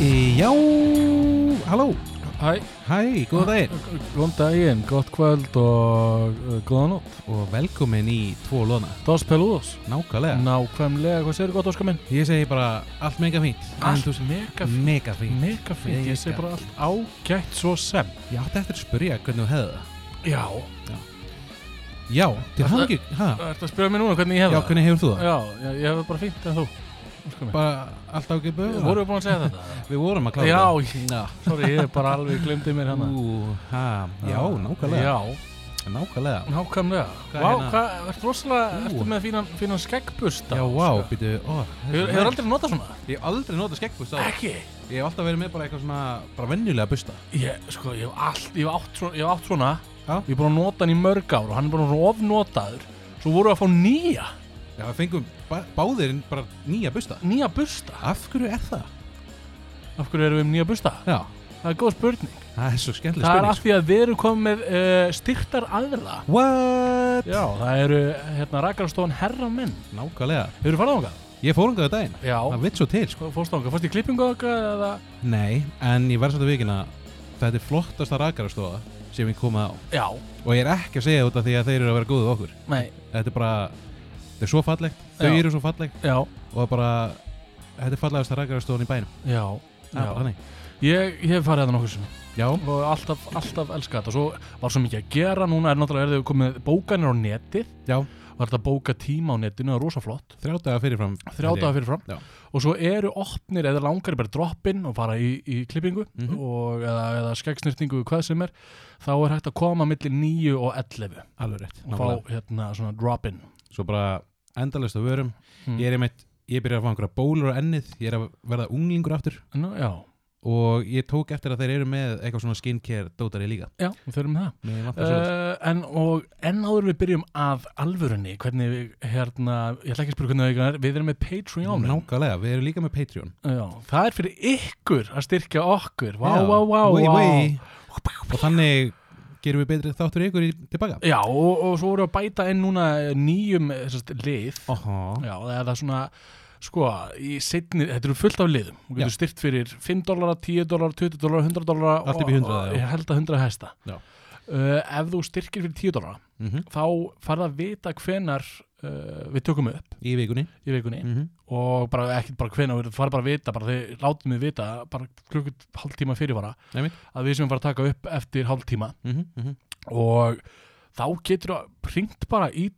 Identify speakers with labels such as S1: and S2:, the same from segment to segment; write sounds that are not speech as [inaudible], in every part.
S1: Í- Já, halló,
S2: Hæ,
S1: hæ, góða
S2: Ah,
S1: daginn
S2: góðan daginn, gott kvöld og uh, góða nótt.
S1: og velkomin í tvo lona,
S2: Dos Peludos.
S1: nákvæmlega
S2: Nákvæmlega, hvað segir gott, Óskar minn?
S1: Ég segi bara allt mega fínt En þú-
S2: mega
S1: mega fínt
S2: Mega fínt,
S1: Mega.
S2: ég segi bara allt ágætt svo sem.
S1: Ég átti eftir að spyrja hvernig þú hefði það
S2: Já.
S1: Já, til
S2: Þetta-
S1: hann ekki, hæ?
S2: Það ert að spyrja mér núna hvernig ég hef
S1: Já,
S2: það.
S1: hvernig hefur þú það?
S2: Já, já, ég hef það bara fínt en þú. Óskar minn.
S1: Bara allt ágæpu
S2: Vorum við búin að segja þetta?
S1: Við vorum að
S2: já,
S1: klára
S2: ég- sorry, ég bara alveg glemdi mér hana.
S1: Ú, hæ, já, nákvæmlega
S2: Ah, Já,
S1: Nákvæmlega
S2: nákvæmlega.
S1: Hvað er
S2: Vá,
S1: hérna?
S2: hvað, ert rosalega,
S1: Ú.
S2: ertu með fínan, fínan skeggbusta?
S1: Já, vá, býtu, ó
S2: sko. Hefur hefur aldrei notað svona?
S1: Ég hef aldrei notað skeggbusta á
S2: Ekki.
S1: Ég hef alltaf verið með bara eitthvað svona, bara venjulega busta
S2: Ég, sko, ég hef allt, ég hef átt svona, ég hef átt svona
S1: Já.
S2: Ég er búin að nota hann í mörg ár og hann er búin að ofnotaður Svo voru að fá nýja,
S1: Já, við fengum bá báðirinn bara nýja busta
S2: nýja busta
S1: Af hverju er það?
S2: Af hverju erum við um nýja busta?
S1: Já,
S2: Það er góð spurning
S1: það er svo skemmtileg
S2: Það er
S1: spurning
S2: af því að við erum komið með uh, styrtar aðra
S1: sko. What?
S2: Já, það eru, hérna, rækarstofan herra menn
S1: Nákvæmlega
S2: Hefur farið ángað?
S1: Ég fór um það daginn
S2: Já
S1: Það vitt svo til sko
S2: Fórst ángað, fórst í klippingu ángað eða
S1: Nei, en ég verð svolítið vikin að þetta er flottasta rakarastofa sem ég komað á
S2: Já,
S1: Og ég er ekki að segja þetta því að þeir eru að vera góðið okkur
S2: nei,
S1: Þetta er bara, þetta er svo fallegt Þau
S2: Já.
S1: eru svo fallegt
S2: já,
S1: og bara Þetta er fallegasta rakarastofan í bænum
S2: já,
S1: Það er bara
S2: já.
S1: þannig
S2: Ég, ég hef farið að það nokkuð sem
S1: Já,
S2: og alltaf, alltaf elska þetta og svo var svo mikið að gera núna er náttúrulega er þau komið bókanir á netið
S1: já,
S2: var þetta að bóka tíma á netinu, það er rosa flott
S1: þrjá daga fyrirfram
S2: þrjá daga fyrirfram
S1: Já.
S2: og svo eru opnir eða langar bara droppin og fara í, í klippingu
S1: Mhm.
S2: og, eða, eða skeggsnýrtingu hvað sem er, þá er hægt að koma millir 9 og 11
S1: Alveg rétt
S2: og fá hérna svona drop-in
S1: Svo bara endalist á vörum
S2: Mm.
S1: Ég er einmitt, ég byrja að fá einhverja bólur á ennið Ég er að verða unglingur aftur
S2: Nú, já,
S1: og ég tók eftir að þeir eru með eitthvað svona skincare dótari líka
S2: já, við þurfum það
S1: Mér vantar svoleiðis.
S2: Uh, en, og, en áður við byrjum að alvörunni, hvernig við hérna, ég ætla ekki að spyrja hvernig það er, við erum með Patreon
S1: Nákvæmlega, við erum líka með Patreon
S2: Já, það er fyrir ykkur að styrkja okkur Vá,
S1: Já.
S2: vá, vá,
S1: Wei,
S2: vá
S1: wei. og þannig gerum við betri þáttur ykkur í, tilbaka
S2: Já, og, og svo voru að bæta inn núna eh, nýjum eh, sem sagt, lið
S1: Aha.
S2: Já, það er það svona sko, í setni, þetta eru fullt af liðum þú
S1: Já.
S2: getur styrkt fyrir 5 dollara, 10 dollara, 20 dollara, 100 dollara
S1: Allt upp í 100,
S2: og,
S1: já.
S2: Ég held að 100 hæsta
S1: Já.
S2: Uh, Ef þú styrkir fyrir 10 dollara
S1: Mm
S2: þá farð að vita hvenar uh, við tökum upp
S1: í vikunni
S2: í vikunni
S1: mm -hmm.
S2: og bara ekkert bara hvenar, þú farð bara að vita bara þið látum við vita, bara klukkut hálftíma fyrirvara
S1: Einmitt.
S2: að við sem fara að taka upp eftir hálftíma
S1: mhm,
S2: og þá getur það hringt bara í,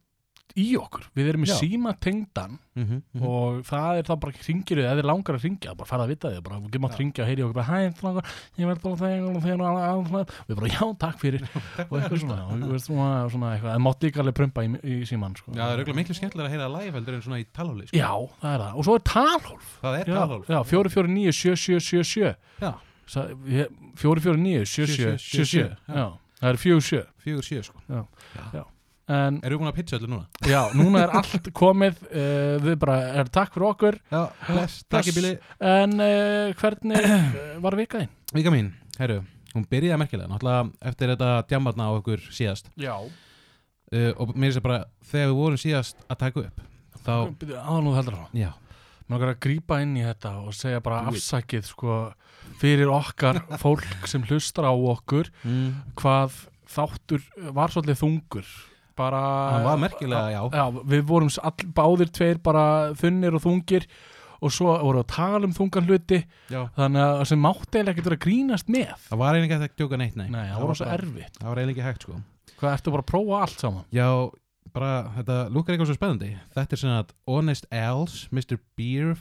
S2: í okkur við erum með
S1: Já.
S2: síma tengdan
S1: mhm,
S2: og það er þá bara hringir við, eða er langar að hringja bara farað að vita því, bara við mátt
S1: Já.
S2: hringja og heyri í okkur bara, hæ, langar, ég verður þá þegar og þegar og alveg, við bara, já, takk
S1: [laughs]
S2: fyrir og eitthvað svona, og við veist svona, svona eitthvað, það mátt líka alveg prumpa í, í síman sko.
S1: Já, það er auðvitað miklu skemmtilega að heyra að live heldur en svona í talhóli sko.
S2: Já, það er það, og svo er talhólf
S1: Það er
S2: Já,
S1: talhóli
S2: já, 449 7777
S1: Já.
S2: Sa- ég- 449
S1: Já.
S2: 7777 Já, það er 47
S1: Fjögur sjö sko
S2: en
S1: Erum við búin að pitcha öllu núna?
S2: já, núna er allt komið uh, við bara erum takk fyrir okkur
S1: Já, bless Takk í bíli
S2: en uh,
S1: [coughs]
S2: hvernig uh, var vikaðin?
S1: Vika mín, herru, hún byrjaði merkilega Náttúrulega eftir þetta djambarna á okkur síðast
S2: Já,
S1: uh, Og mér er bara, þegar við vorum síðast að taka upp Þá,
S2: aðan og heldur frá
S1: já,
S2: Mér okkar að grípa inn í þetta og segja bara
S1: Do it.
S2: afsakið sko, fyrir
S1: [laughs]
S2: okkar fólk sem hlustar á okkur
S1: mm.
S2: hvað þáttur var svolítið þungur bara
S1: hann var merkilega, já
S2: Já, við vorum s- all, báðir tveir bara þunnir og þungir og svo voru að tala um þungan hluti
S1: Já,
S2: þannig að sem mátti eiginlega ekkert vera að grínast með
S1: það var eiginlega ekki hægt að djóka neitt, nei
S2: Nei, það voru svo
S1: bara-
S2: erfitt
S1: Það var eiginlega ekki hægt, sko
S2: Hvað ertu bara að prófa allt saman?
S1: Já, bara, þetta lúkar eitthvað svo spennandi Þetta er svona að Honest Owls, Mr. Beer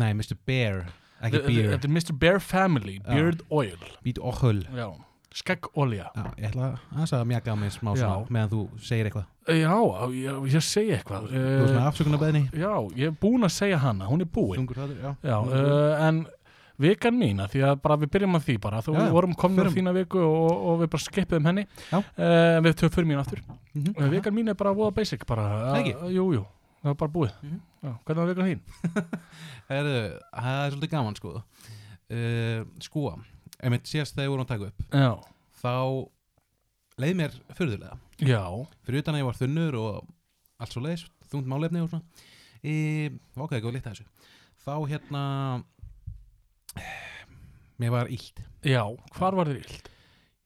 S1: Nei, Mr. Bear, ekki
S2: Þetta-
S1: Beer
S2: Þetta er Mr. Bear Family,
S1: Já.
S2: Beard Oil
S1: Beat Ochul
S2: Já, skeggolja
S1: Já, ég ætla aðeins að mjaka á mig smá
S2: Já.
S1: svona meðan þú segir eitthvað
S2: Já, ég, ég segi eitthvað
S1: Þú veist
S2: uh,
S1: með afsökunarbeðni
S2: Já, ég er búin að segja hana, hún er búin
S1: Þungur þáttur, já Mhm.
S2: Já, uh, en vikan mína því að bara við byrjum að því bara þú
S1: Já, já,
S2: vorum komin á
S1: förum.
S2: þína viku og, og við bara skippiðum henni
S1: Já.
S2: uh, við töfum fyrir mín aftur
S1: Mhm.
S2: uh, vikan mín er bara voða basic bara,
S1: Ekki?
S2: uh, jú, jú, það var bara búið
S1: Mhm.
S2: Já, hvernig var vikan þín?
S1: Herðu, það er svolítið gaman sko uh, Sko, einmitt síðast þegar við vorum að taka upp
S2: Já,
S1: Þá leið mér furðulega
S2: já,
S1: Fyrir utan að ég var þunnur og allt svo leiðis Þungt málefni og svona Í, vákaði ekki að lita þessu Þá hérna mér var illt
S2: Já, hvar var þér illt?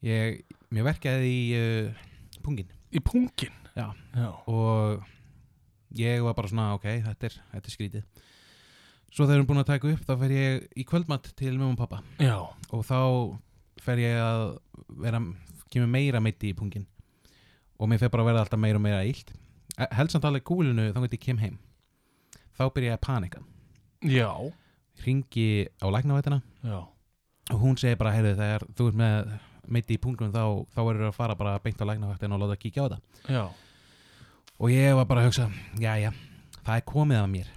S1: ég, mér verkaði í uh, pungin
S2: Í pungin?
S1: Já.
S2: Já.
S1: og ég var bara svona ok, þetta er, þetta er skrítið svo þegar við erum búin að taka upp þá fer ég í kvöldmatt til mömmu og pappa
S2: Já.
S1: og þá fer ég að vera, kemur meira meitt í pungin og mér fer bara að verða alltaf meira og meira illt Eh, held samt alveg kúlinu þá get ég kem heim þá byrja ég að panika
S2: Já.
S1: ringi á læknavætina
S2: Já.
S1: og hún segir bara, heyrðu þegar þú ert með meitt í pungun þá, þá verður að fara bara beint á læknavætina og láta að kíkja á þetta
S2: Já.
S1: og ég var bara að hugsa, já já það er komið af mér,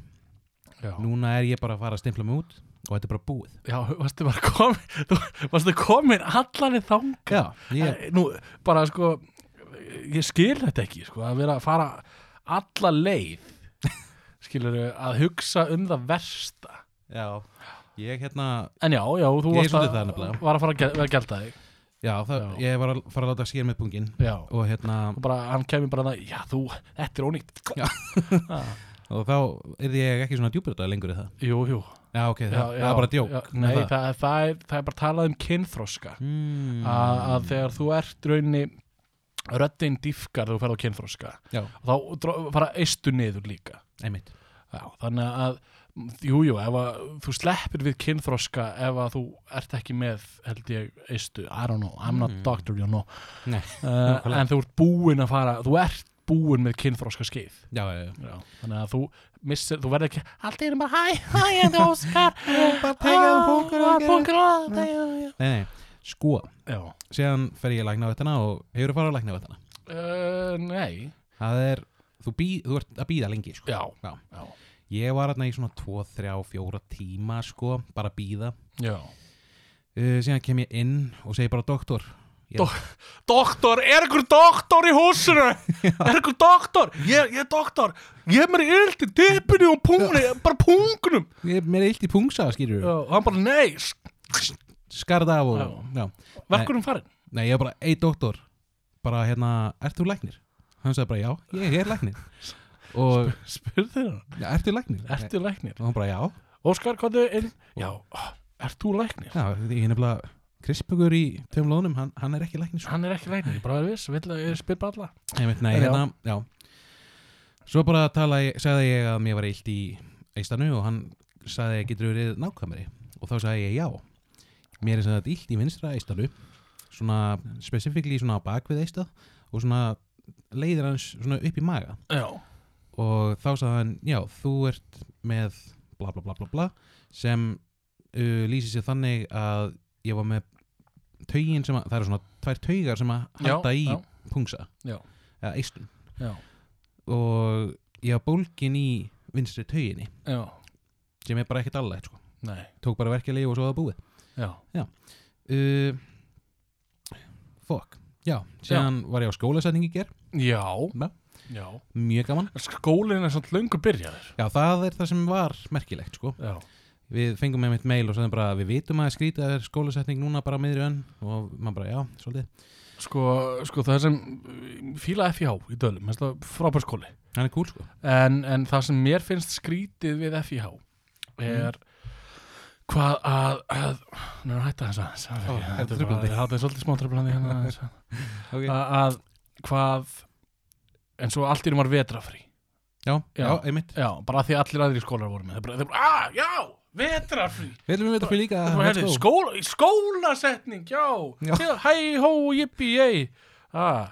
S2: Já.
S1: núna er ég bara að fara að stimpla mig út og þetta er bara búið
S2: Já, varstu bara komin, [laughs] þú varstu komin allan í þang.
S1: já, ég,
S2: Nú, bara sko, ég skil þetta ekki, sko, að vera að fara alla [laughs] leið, skilur að hugsa um það versta.
S1: já, ég hérna
S2: En já, já,
S1: Ég
S2: þú
S1: er
S2: varst að,
S1: svolítið það nefnilega.
S2: var að fara að gel- að gelda þig.
S1: já, það,
S2: Já.
S1: ég var að fara að láta sér með pungin
S2: Já.
S1: og hérna,
S2: Og bara, hann kemur bara það, já, þú, þetta er ónýtt.
S1: Já.
S2: [laughs] Ah,
S1: og þá er ég ekki svona djúpirða lengur í það
S2: jú, jú.
S1: já, ok, það,
S2: Já,
S1: það
S2: já,
S1: er bara djók
S2: já, Nei, það, það, er, það er bara talað um kynþroska.
S1: mm,
S2: að, að þegar þú ert raunni röddinn dýfkar þegar þú ferð á kynþróska
S1: já,
S2: þá dró- fara eistu niður líka
S1: einmitt
S2: Já, þannig að jújú, jú, ef að þú sleppir við kynþróska ef að þú ert ekki með held ég eistu, I don't know, I'm not
S1: Mm.
S2: doctor you know
S1: Nei,
S2: uh,
S1: nákvæmlega.
S2: en þú ert búinn að fara þú ert búinn með kynþróska skeið
S1: já, já, já
S2: Já, þannig að þú missir, þú verður ekki allt er bara, hæ, hæ, ég heiti Óskar
S1: [laughs] bara tækjaðu bunkur
S2: Ah,
S1: og gerðu-
S2: bungur og tækjaðu-
S1: nei, nei, sko,
S2: Já,
S1: síðan fer ég að lækna á þetta og hefur að fara að lækna á þetta
S2: uh, nei
S1: það er, þú, bí, þú ert að býða lengi sko.
S2: Já,
S1: Já.
S2: já.
S1: ég var hérna í svona 2, 3, 4 tíma sko, bara að býða
S2: Já.
S1: uh, síðan kem ég inn og segi bara doktor ég,
S2: Dok- Doktor, er ykkur doktor í húsinu? [laughs] Er ykkur doktor? Ég, ég er doktor. Ég er mér í illt í tippinu og pungni, bara pungnum.
S1: ég, mér er illt í pungsa skýrur
S2: Já, og hann bara, nei, s-
S1: skarða af og
S2: Já.
S1: já.
S2: verkurinn farinn.
S1: nei, ég var bara, ei doktor bara hérna, ert þú læknir? hann sagði bara, já, ég er læknir og,
S2: Spurði hann,
S1: já, ert þú læknir?
S2: ertu læknir?
S1: og hann bara, já,
S2: Óskar, hvað er inn? Já, ó, ert þú læknir?
S1: já ég er nefnilega Krispjögur í tveim lónum, hann, hann er ekki læknir sko.
S2: Hann er ekki læknir, ég bara er viss, vill að ég spyr bara alla.
S1: Ég veit, nei,
S2: Já.
S1: hérna, já Svo bara tala, ég, sagði ég að mér var illt í eistanu og hann sagði að getur verið nákvæmari og þá sagði ég já Mér er sem sagt illt í vinstra eistanu svona specifíkli svona á bakvið eistað og svona leiðir hans svona upp í maga
S2: Já,
S1: og þá sagði hann já, þú ert með bla bla bla bla bla sem uh, lýsir sér þannig að ég var með taugin sem að, það eru svona tvær taugar sem að
S2: já,
S1: halda í
S2: já,
S1: pungsa
S2: Já.
S1: eða eistun
S2: já,
S1: og ég var bólgin í vinstri tauginni
S2: já,
S1: sem er bara ekkert alveg sko.
S2: nei,
S1: tók bara verkjalið og svo var það búið
S2: já,
S1: uh, fuck já, síðan var ég á skólasetningi ger
S2: já,
S1: Nei.
S2: já.
S1: mjög gaman,
S2: Skólinn er svona löngu byrjaður.
S1: já það er það sem var merkilegt sko,
S2: Já,
S1: við fengum með mitt mail og sagðum bara við vitum að skrýta er skólasetning núna bara á miðri önn og maður bara já, svolítið
S2: sko, sko það sem fíla FIH í dölum, mér finnst það frábær skóli.
S1: hann er cool sko,
S2: en, en það sem mér finnst skrítið við FIH er hvað að, að nú erum við að hætta þessu aðeins
S1: Ó,
S2: Þetta
S1: þetta er
S2: er bara-
S1: truflandi.
S2: já, þetta er svolítið smá tröflandi hérna aðeins.
S1: okay.
S2: að, að hvað en svo allt í erum var vetrafrí
S1: já, já,
S2: já.
S1: einmitt,
S2: já, bara af því að allir aðrir skólar voru með þeir bara, þeir bara "Ah, já, vetrafrí
S1: við viljum við þetta fyrir líka
S2: Þú hefði
S1: Ah, let's go.
S2: skóla, skólasetning, já,
S1: Já.
S2: já. hæ, hó, jippi, jæ, ah,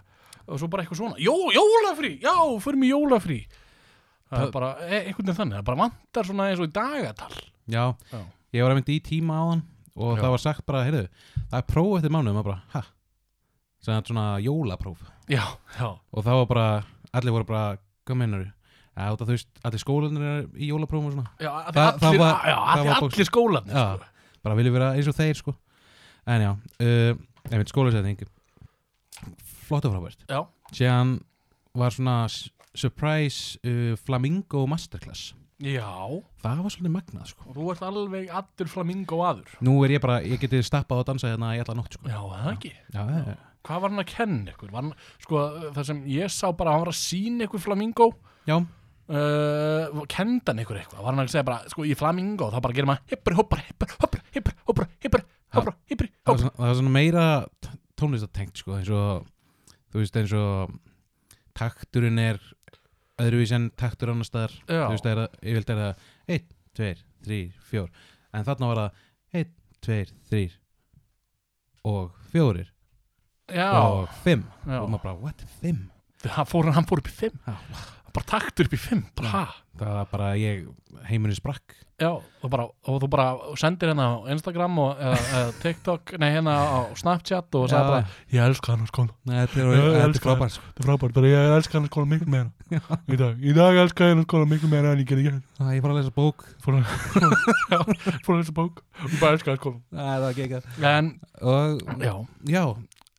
S2: og svo bara eitthvað svona, jó, jólafrí, já, förum í jólafrí. Það er
S1: Það-
S2: bara, e- einhvern veginn þannig, það bara vantar svona eins og í dagatal.
S1: já,
S2: Já.
S1: ég var einmitt í tíma áðan og
S2: Já.
S1: það var sagt bara, heyrðu, það er próf eftir mánuð maður bara, ha sem það er svona jólapróf
S2: Já, já,
S1: og það var bara, allir voru bara hvað meinar þú? Þú veist, allir skólanir er í jólaprófum og svona
S2: já, af því
S1: Það-
S2: allir,
S1: það var-
S2: já, af
S1: það
S2: því
S1: var
S2: allir skólanir,
S1: Já.
S2: sko.
S1: bara vilja vera eins og þeir sko en já, uh, einmitt skólasetning flott og frábært
S2: Já.
S1: síðan var svona s- surprise uh, flamingo masterclass
S2: Já,
S1: það var svolítið magnað sko
S2: og þú ert alveg allir flamingo aður.
S1: nú er ég bara, ég geti stappað og dansað hérna í alla nótt sko
S2: Já, það ekki.
S1: já, já, já.
S2: Hvað var hann að kenna ykkur? Var hann, sko, það sem ég sá bara, hann var að sína ykkur flamingo,
S1: já,
S2: uh, kenda hann ykkur eitthvað var hann að segja bara, sko, í flamingo þá bara gerir maður hippur, hoppar, hippur, hoppar, hippur, hoppar, hippur
S1: það það var svona, það var svona meira t- tónlistatengt sko, eins og þú veist eins og takturinn er öðruvís en taktur annar staðar
S2: Já,
S1: þú veist það er að, yfirleitt er það 1, 2, 3, 4 en þarna var það 1, 2, 3 og 4
S2: já,
S1: og 5
S2: já.
S1: og maður bara, what, 5?
S2: Hann, fór, hann fór upp í fimm
S1: Já.
S2: bara taktur upp í fimm bara, ha?
S1: það var bara, ég, heimurinn sprakk
S2: Já, og, bara, og þú bara sendir hérna á Instagram og eða, eða TikTok, nei hérna á Snapchat og sagði bara, ég elska hann á skóla
S1: Nei, þetta
S2: Ég
S1: er þetta er
S2: elska
S1: frábært sko.
S2: þetta er frábært, bara ég elska hann á skóla miklu [laughs] meira í dag, í dag elska ég hann á skóla miklu meira en ég gerði ekki
S1: Æ, Ég fór að lesa bók
S2: fór að [laughs] já, fór að lesa bók og bara elska hann sko. á skóla
S1: Æ, það var gekk
S2: en,
S1: Og,
S2: já,
S1: já,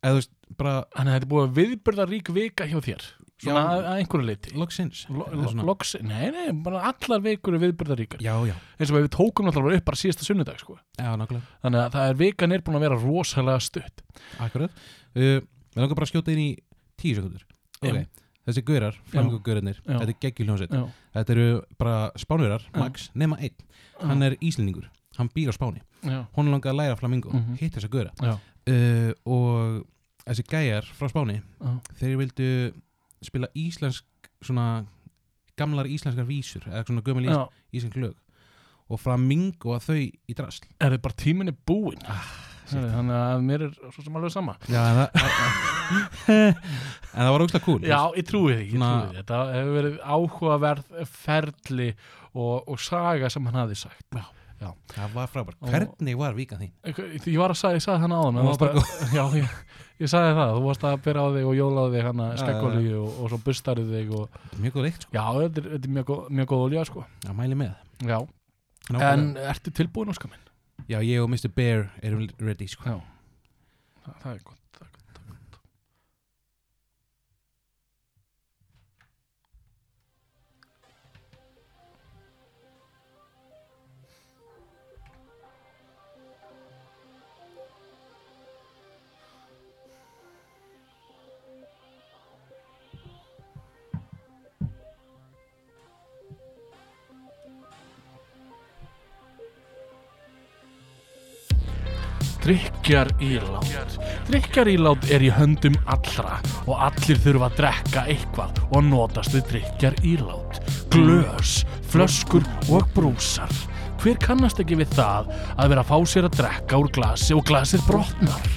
S1: eða þú veist, bara
S2: þannig að þetta er búið að viðbyrða rík vika hjá þér svona
S1: Já.
S2: að, að einhverju liti
S1: loksins
S2: Lo-
S1: Eða svona-
S2: Loks, nei, nei, bara allar vikur er viðbyrða ríkar
S1: Já, já,
S2: eins og við tókum náttúrulega bara upp bara síðasta sunnudag sko.
S1: já, nákvæmlega
S2: þannig að það er vikan er búin að vera rosalega stutt
S1: Akkurat uh, Við langar bara að skjóta inn í tíu sekundur
S2: Já.
S1: okay. Þessi gaurar, flamingu gaurarnir
S2: Já.
S1: Þetta er geggjuljónsveit
S2: já,
S1: Þetta eru bara spánverjar,
S2: Já.
S1: Max, nema einn Hann er íslendingur, hann býr á Spáni
S2: já,
S1: Hún langar að læra flamingo,
S2: Mhm.
S1: hitt þessa gaura
S2: já,
S1: uh, Og þessi gæjar frá Spáni
S2: já.
S1: Þeir vildu spila íslensk Svona gamlar íslenskar vísur Eða svona gömul ís,
S2: Já,
S1: íslensk lög Og flamingo að þau í drasl
S2: er þið bara tíminni búinn
S1: Ah, shit.
S2: Herri, þannig að mér er svo sem alveg sama
S1: Já, en það [laughs] En það var ógslag cool
S2: já, ég trúi því, ég
S1: Svona-
S2: trúi því þetta hefur verið áhugaverð ferli og, og saga sem hann hafi sagt já.
S1: Það var frábært.
S2: Og-
S1: Hvernig var vikan þín?
S2: ég var að sagði, ég sagði hann áðan
S1: Hún
S2: þú
S1: var
S2: varst að- [laughs] já, ég, ég sagði það, þú varst að byrja á þig og jólaði þig hann að
S1: Já,
S2: skekkolíu og, og svo bustarið þig og,
S1: Mjög góð leikt sko.
S2: já, þetta er, þetta er mjög, góð- mjög góð olja sko.
S1: Já, mæli með.
S2: já,
S1: Nákvæmlega.
S2: en ertu tilbúin óskar minn?
S1: Já, ég og Mr. Bear erum ready sko.
S2: já, Þa, það er gott það er gott, það er gott. Drykkjar ílát Drykkjar ílát er í höndum allra og allir þurfa að drekka eitthvað og notast við drykkjar ílát Glös, flöskur og brúsar Hver kannast ekki við það að vera að fá sér að drekka úr glasi og glasið brotnar?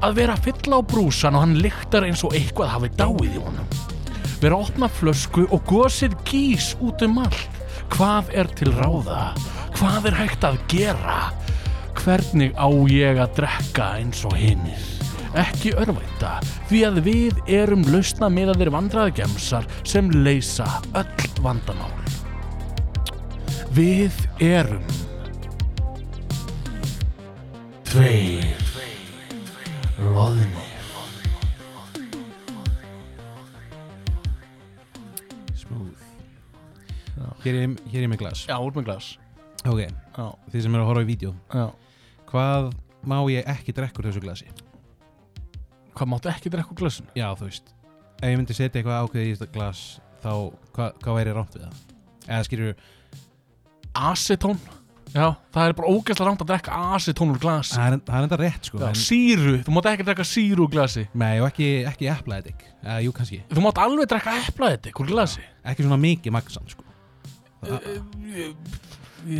S2: Að vera að fylla á brúsan og hann lyktar eins og eitthvað hafi dáið í honum vera að opna flösku og gósið gís út um allt. Hvað er til ráða? Hvað er hægt að gera? Hvernig á ég að drekka eins og hinnir? Ekki örvænta, því að við erum lausna með að þeir vandraðgemsar sem leysa öll vandamál. Við erum Tveir Loðnir
S1: Smooth.
S2: Já.
S1: Hér er, hér er með glas.
S2: Já, út með glas
S1: Ok,
S2: Já,
S1: þið sem eru að horfa í vídeo.
S2: já
S1: Hvað má ég ekki drekka úr þessu glasi?
S2: Hvað máttu ekki drekka úr glasinu?
S1: Já, þú veist. Ef ég myndi setja eitthvað ákveðið í þetta glas, þá hva, hvað væri rámt við það? Eða skilur,
S2: acetón já, það er bara ógeðslega rangt að drekka acetón úr glasi
S1: það er það er enda rétt sko.
S2: já,
S1: en-
S2: síru, þú mátt ekki drekka síru úr glasi
S1: Nei, og ekki, ekki eplaðið, eða jú kannski.
S2: þú mátt alveg drekka eplaðið úr glasi
S1: Ekki svona mikið magsamt sko. Það-
S2: Ég-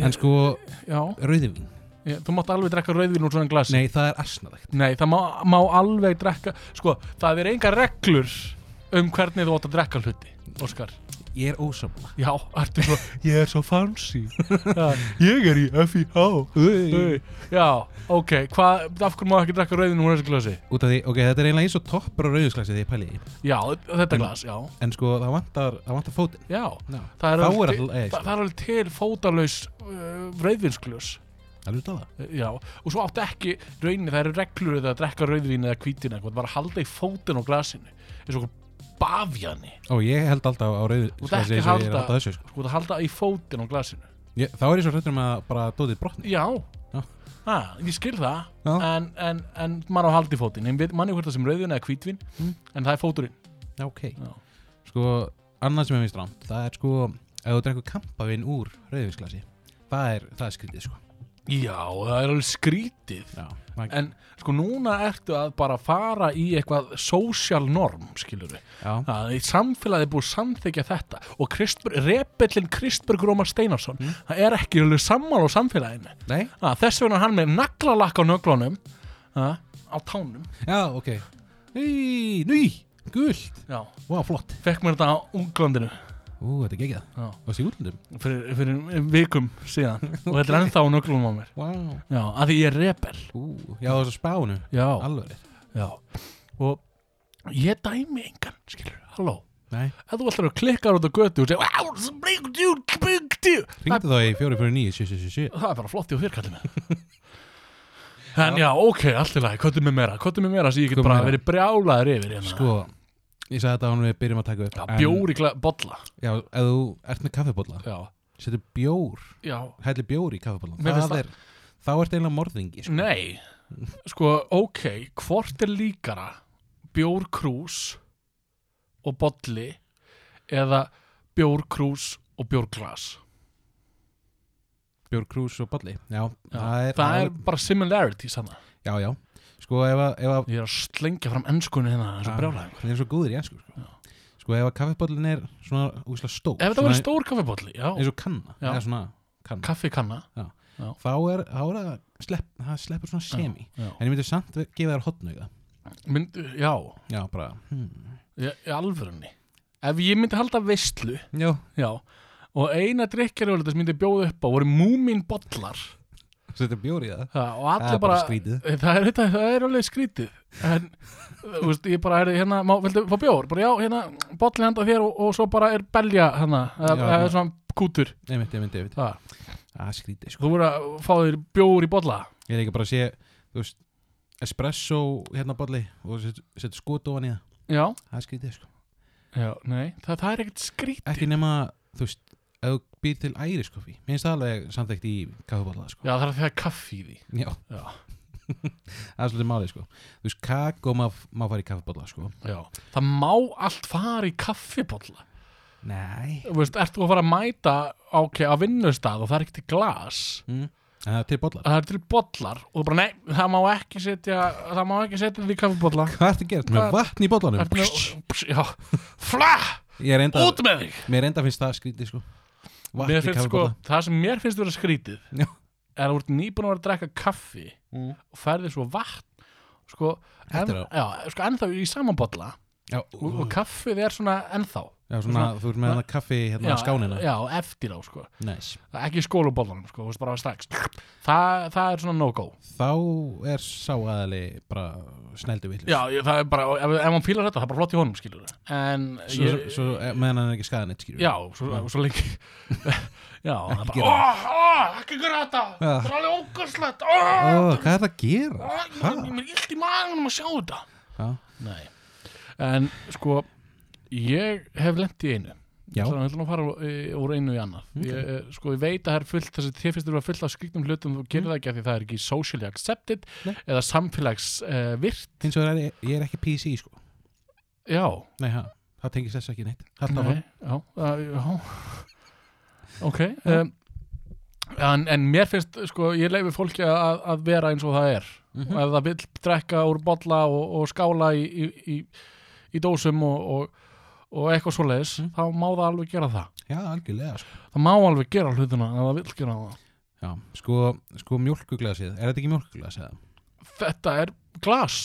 S1: En sko,
S2: Eh, já,
S1: rauðivín.
S2: ég, þú mátt alveg drekka rauðvin úr svona glasi
S1: Nei, það er asnaðegt.
S2: Nei, það má, má alveg drekka sko, það er enga reglur um hvernig þú átt að drekka hluti Óskar,
S1: Ég er ósamla
S2: já, ertu svo [laughs] ég er svo fancy Já, ég er í FIH Hey. já, ok, hvað af hverju má ekki drekka rauðin úr þessu glasi
S1: Út af því, ok, þetta er eiginlega eins og toppur á rauðisklasi því ég pæli í því.
S2: já, þetta glas, já,
S1: En sko, það vantar, það vantar fótinn
S2: já
S1: Já,
S2: það er
S1: Þá
S2: alveg
S1: er eh,
S2: til-
S1: alltaf eða,
S2: það, það er alveg til fótalaus uh, rauðvinsgljós
S1: það er út af það
S2: Já, og svo áttu ekki rauninni, það eru reglur eða að drekka rauðvín eða hvítin eitthvað, bara halda í fótinn á glasinu eins og okkur bafjani
S1: Ó, ég held alltaf á
S2: Þú ert
S1: rauðisklasi eins og ég
S2: ekki
S1: er
S2: halda-
S1: alltaf þessu sko.
S2: sko það halda í fótinn á glasinu
S1: ég, Þá er ég svo hrættur um að bara dótið brotni
S2: Já,
S1: Já.
S2: Ha, ég skil það
S1: Já.
S2: en, en, en maður á að halda í fótinn en við- manni hvort það sem rauðvín eða hvítvin
S1: Mm.
S2: en það er fóturinn
S1: Já, ok
S2: Já.
S1: Sko, annað sem er minn stramt Það er sko, ef þú drekkur kampavinn úr rauðisklasi Það er, það er skrítið sko
S2: Já, það er alveg skrítið.
S1: Já, það-
S2: En sko núna ertu að bara fara í eitthvað social norm, skilur við.
S1: já,
S2: Það er samfélagið er búið að samþykja þetta og Kristbur, rebellin Kristberg Rómar Steinarsson, það er ekki alveg sammál á samfélaginu.
S1: nei,
S2: Að, þess vegna er hann með naglalakk á nöglunum, að, á tánum.
S1: já, ok Í, nýj, gult
S2: Já,
S1: Vá, flott
S2: fekk mér þetta á unglandinu
S1: Ú, þetta er geggjað
S2: Já.
S1: Og sé útlundum
S2: fyrir, fyrir vikum [laughs] síðan og þetta er ennþá á nöglunum á mér.
S1: Vá
S2: Já, að því ég er rebell.
S1: Ú, já, þessu spánu
S2: Já,
S1: Alveg rétt.
S2: já. Og ég dæmi engan, skilur, halló.
S1: Nei,
S2: ef þú ætlar að klikka út á götu og segja "Wow, it's a big dude, big dude." það,
S1: ringdu þá í fjóri fjóri nýju Sjö, sjö, sjö, sjö
S2: það er bara flott í og þér kallið minn [laughs] en já, ok, allt í lagi, köttu mig meira köttu mig meira sem ég get
S1: Hvað
S2: bara
S1: meira?
S2: verið brjálaður yfir hérna.
S1: Sko, ég sagði þetta á hann við byrjum að taka upp
S2: já,
S1: en-
S2: bjór í gla- bolla
S1: Já, ef þú ert með kaffibólla
S2: já,
S1: Setur bjór,
S2: já,
S1: helli bjór í kaffibóllan
S2: Mér finnst
S1: Það er, þá ert eiginlega morðingi sko.
S2: nei sko, ok, hvort er líkara bjórkrús og bolli eða bjórkrús og bjórglas
S1: Bjór, krús og bolli Já,
S2: já, það, er, bara similarities hana.
S1: Já, já Sko, ef að, ef að
S2: ég er að slengja fram ennskunni hérna eins og brjálaður
S1: Það er svo góður í ennsku sko. sko ef að kaffibóllin er svona úslega stór
S2: Ef þetta
S1: svona
S2: verður stór kaffibotli, já,
S1: eins og kanna
S2: Já.
S1: eða svona kanna
S2: kaffikanna
S1: þá er, þá er það, slepp, það sleppur svona semi
S2: já.
S1: en ég myndi samt ve- gefa þér hotnauga
S2: Mynd, já,
S1: já bara hmm.
S2: í í alvörunni Ef ég myndi halda veistlu
S1: já
S2: Já, og eina drikkarjóðlega sem myndi bjóða upp á voru múmin bollar
S1: setja bjór í það
S2: og
S1: það
S2: allir
S1: er
S2: bara,
S1: bara skrítið
S2: það, er, það, það er alveg skrítið En, þú veist, ég bara er hérna, má, viltu fá bjór? Bara já, hérna, bolli handa þér og, og svo bara er belja hana, eða
S1: Já,
S2: eða
S1: já.
S2: svona kútur
S1: einmitt, einmitt, einmitt
S2: það.
S1: það er skrítið sko
S2: Þú voru að fá þér bjór í bolla
S1: ég er ekki bara að sé þú veist espresso hérna bolli og set- setja skot ofan í það
S2: Já,
S1: það er skrítið sko
S2: já, nei, það, það er ekkert skrítið
S1: ekki nema þú veist ef þú býr til æriskoffi mér finnst það alveg samþekkt í kaffibólla sko
S2: Já, það er að þegar kaffi í því
S1: já
S2: Já.
S1: [laughs] það er svolítið málið sko þú veist kakó má, má fara í kaffibólla sko
S2: Já, það má allt fara í kaffibolla
S1: nei
S2: Þú veist, ert þú að fara að mæta ok, á vinnustað og það er ekkert í glas
S1: mm. en það er til bollar
S2: það er til bollar og þú bara nei, það má ekki setja það má ekki setja því kaffibolla
S1: Hvað ertu að gera? Með
S2: Ah. Hvað-
S1: vatn í bollanum?
S2: Ertu með, pss, já, fla,
S1: Ég er enda,
S2: út með þig
S1: mér enda finnst það skrítið sko Vatn
S2: Mér
S1: í
S2: finnst sko,
S1: kaffibolla
S2: það sem mér finnst vera skrítið
S1: Já.
S2: er að þú ert nýbúin að vera að drekka kaffi
S1: Mm.
S2: og ferði svo vatn sko, en,
S1: Eftir á.
S2: já, sko ennþá í saman bolla
S1: Já,
S2: og, og kaffið er svona ennþá
S1: já, svona, þú ert með hana kaffi hérna á skánina
S2: já, eftir á sko
S1: Næs
S2: Það er ekki í skólubollanum sko, þú veist bara strax það, það er svona no-go
S1: Þá er sá aðali bara snældu vill
S2: já, ég- það er bara, ef, ef hann fílar þetta það er bara flott í honum, skilur en
S1: Svo,
S2: ég,
S1: svo eh, meðan hann er ekki skaðan eitt skýrur
S2: já, svo, svo lengi [laughs] já, það er
S1: gera
S2: bara oh, oh, ekki gráta, það er alveg ógæslegt
S1: Ó,
S2: oh,
S1: hvað er það að gera?
S2: oh, ég mér er illt í maganum að sjá þetta
S1: Já,
S2: nei, en sko ég hef lent í einu
S1: já,
S2: Þannig að við ætlum að fara úr- í- úr einu í annað ég, eh, Sko ég veit að það er fullt Þessi þér finnst þurfa fullt af skrýtnum hlutum Þú gerir það ekki af því það er ekki socially accepted
S1: Mm. Nei.
S2: Eða samfélags uh, virt
S1: hins vegar er ég, ég er ekki PC sko
S2: Já,
S1: Nei, ha, það tengist þess ekki neitt Hallt á
S2: Nei, já, uh, já. [laughs] Ok um, en, en mér finnst sko, Ég leifi fólki að, að vera eins og það er
S1: Mhm.
S2: Og ef það vill drekka úr bolla Og, og skála í, í, í, í dósum Og, og, og eitthvað svoleiðis
S1: Mhm.
S2: Þá má það alveg gera það
S1: Já, algjörlega sko
S2: Það má alveg gera hlutina ef það vill gera það
S1: Já, sko, sko mjólkuglasið Er þetta ekki mjólkuglasið?
S2: þetta er glas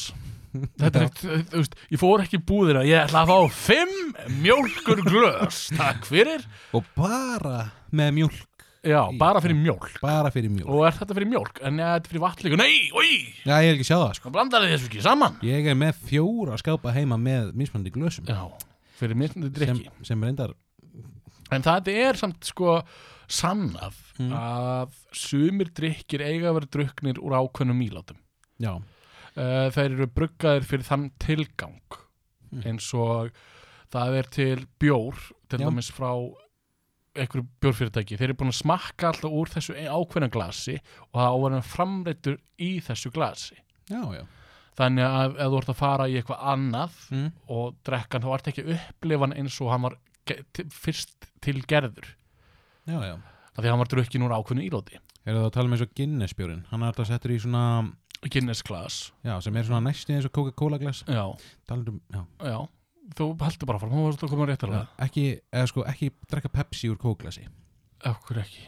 S2: [laughs] þetta er, þú þú veist, ég fór ekki í búðina ég ætla að fá fimm mjólkur
S1: [laughs]
S2: glös takk fyrir,
S1: Og bara með mjólk
S2: já,
S1: Í,
S2: bara fyrir mjólk
S1: Bara fyrir mjólk
S2: og er þetta fyrir mjólk, en eða þetta er fyrir vatnlíku nei, oi,
S1: Já, ég er ekki að sjá það sko
S2: það blandar þessu ekki saman
S1: Ég er með fjóra skápa heima með mismandi glösum
S2: já, fyrir myndandi
S1: sem,
S2: drikki
S1: sem reyndar
S2: en það er samt sko sannað að sumir drikkir eiga að vera druknir úr ákveðnum ílátum
S1: Já,
S2: uh, þeir eru bruggaðir fyrir þann tilgang
S1: Mm.
S2: eins og það er til bjór til
S1: Já.
S2: dæmis frá einhverju bjórfyrirtæki, þeir eru búin að smakka alltaf úr þessu ein- ákveðna glasi og það áverðin framreittur í þessu glasi
S1: já, já
S2: þannig að ef þú ert að fara í eitthvað annað
S1: mm.
S2: og drekkan þá ert ekki að upplifa hann eins og hann var ge- til- fyrst til gerður
S1: Já, já,
S2: af því að hann var drukkin úr ákveðnu ílóti
S1: Er það að tala með eins og Guinness bjórin? Hann er alltaf settur í svona,
S2: Guinness Glass
S1: já, sem er svona næstu eins og Coca-Cola glas.
S2: Já,
S1: Talandum, já.
S2: já Þú heldur bara fram, hún varst að koma
S1: já.
S2: réttilega
S1: Ekki, eða sko, ekki drekka Pepsi úr Coca-glasi.
S2: Okkur ekki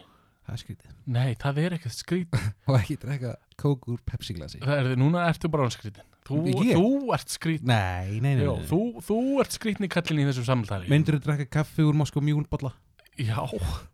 S1: Það er skrítið.
S2: Nei, það er ekkert
S1: [laughs]
S2: skrítið
S1: Og ekki drekka Coke úr Pepsi-glasi.
S2: Það er, Núna ertu bara skrítið Þú,
S1: Ég?
S2: þú ert skrítið
S1: Nei, nei, nei,
S2: Já,
S1: nei.
S2: þú, þú ert skrítni kallin í þessum samtali
S1: Myndur þú drekka kaffi úr Moskó mjúlbolla?
S2: Já,
S1: [laughs]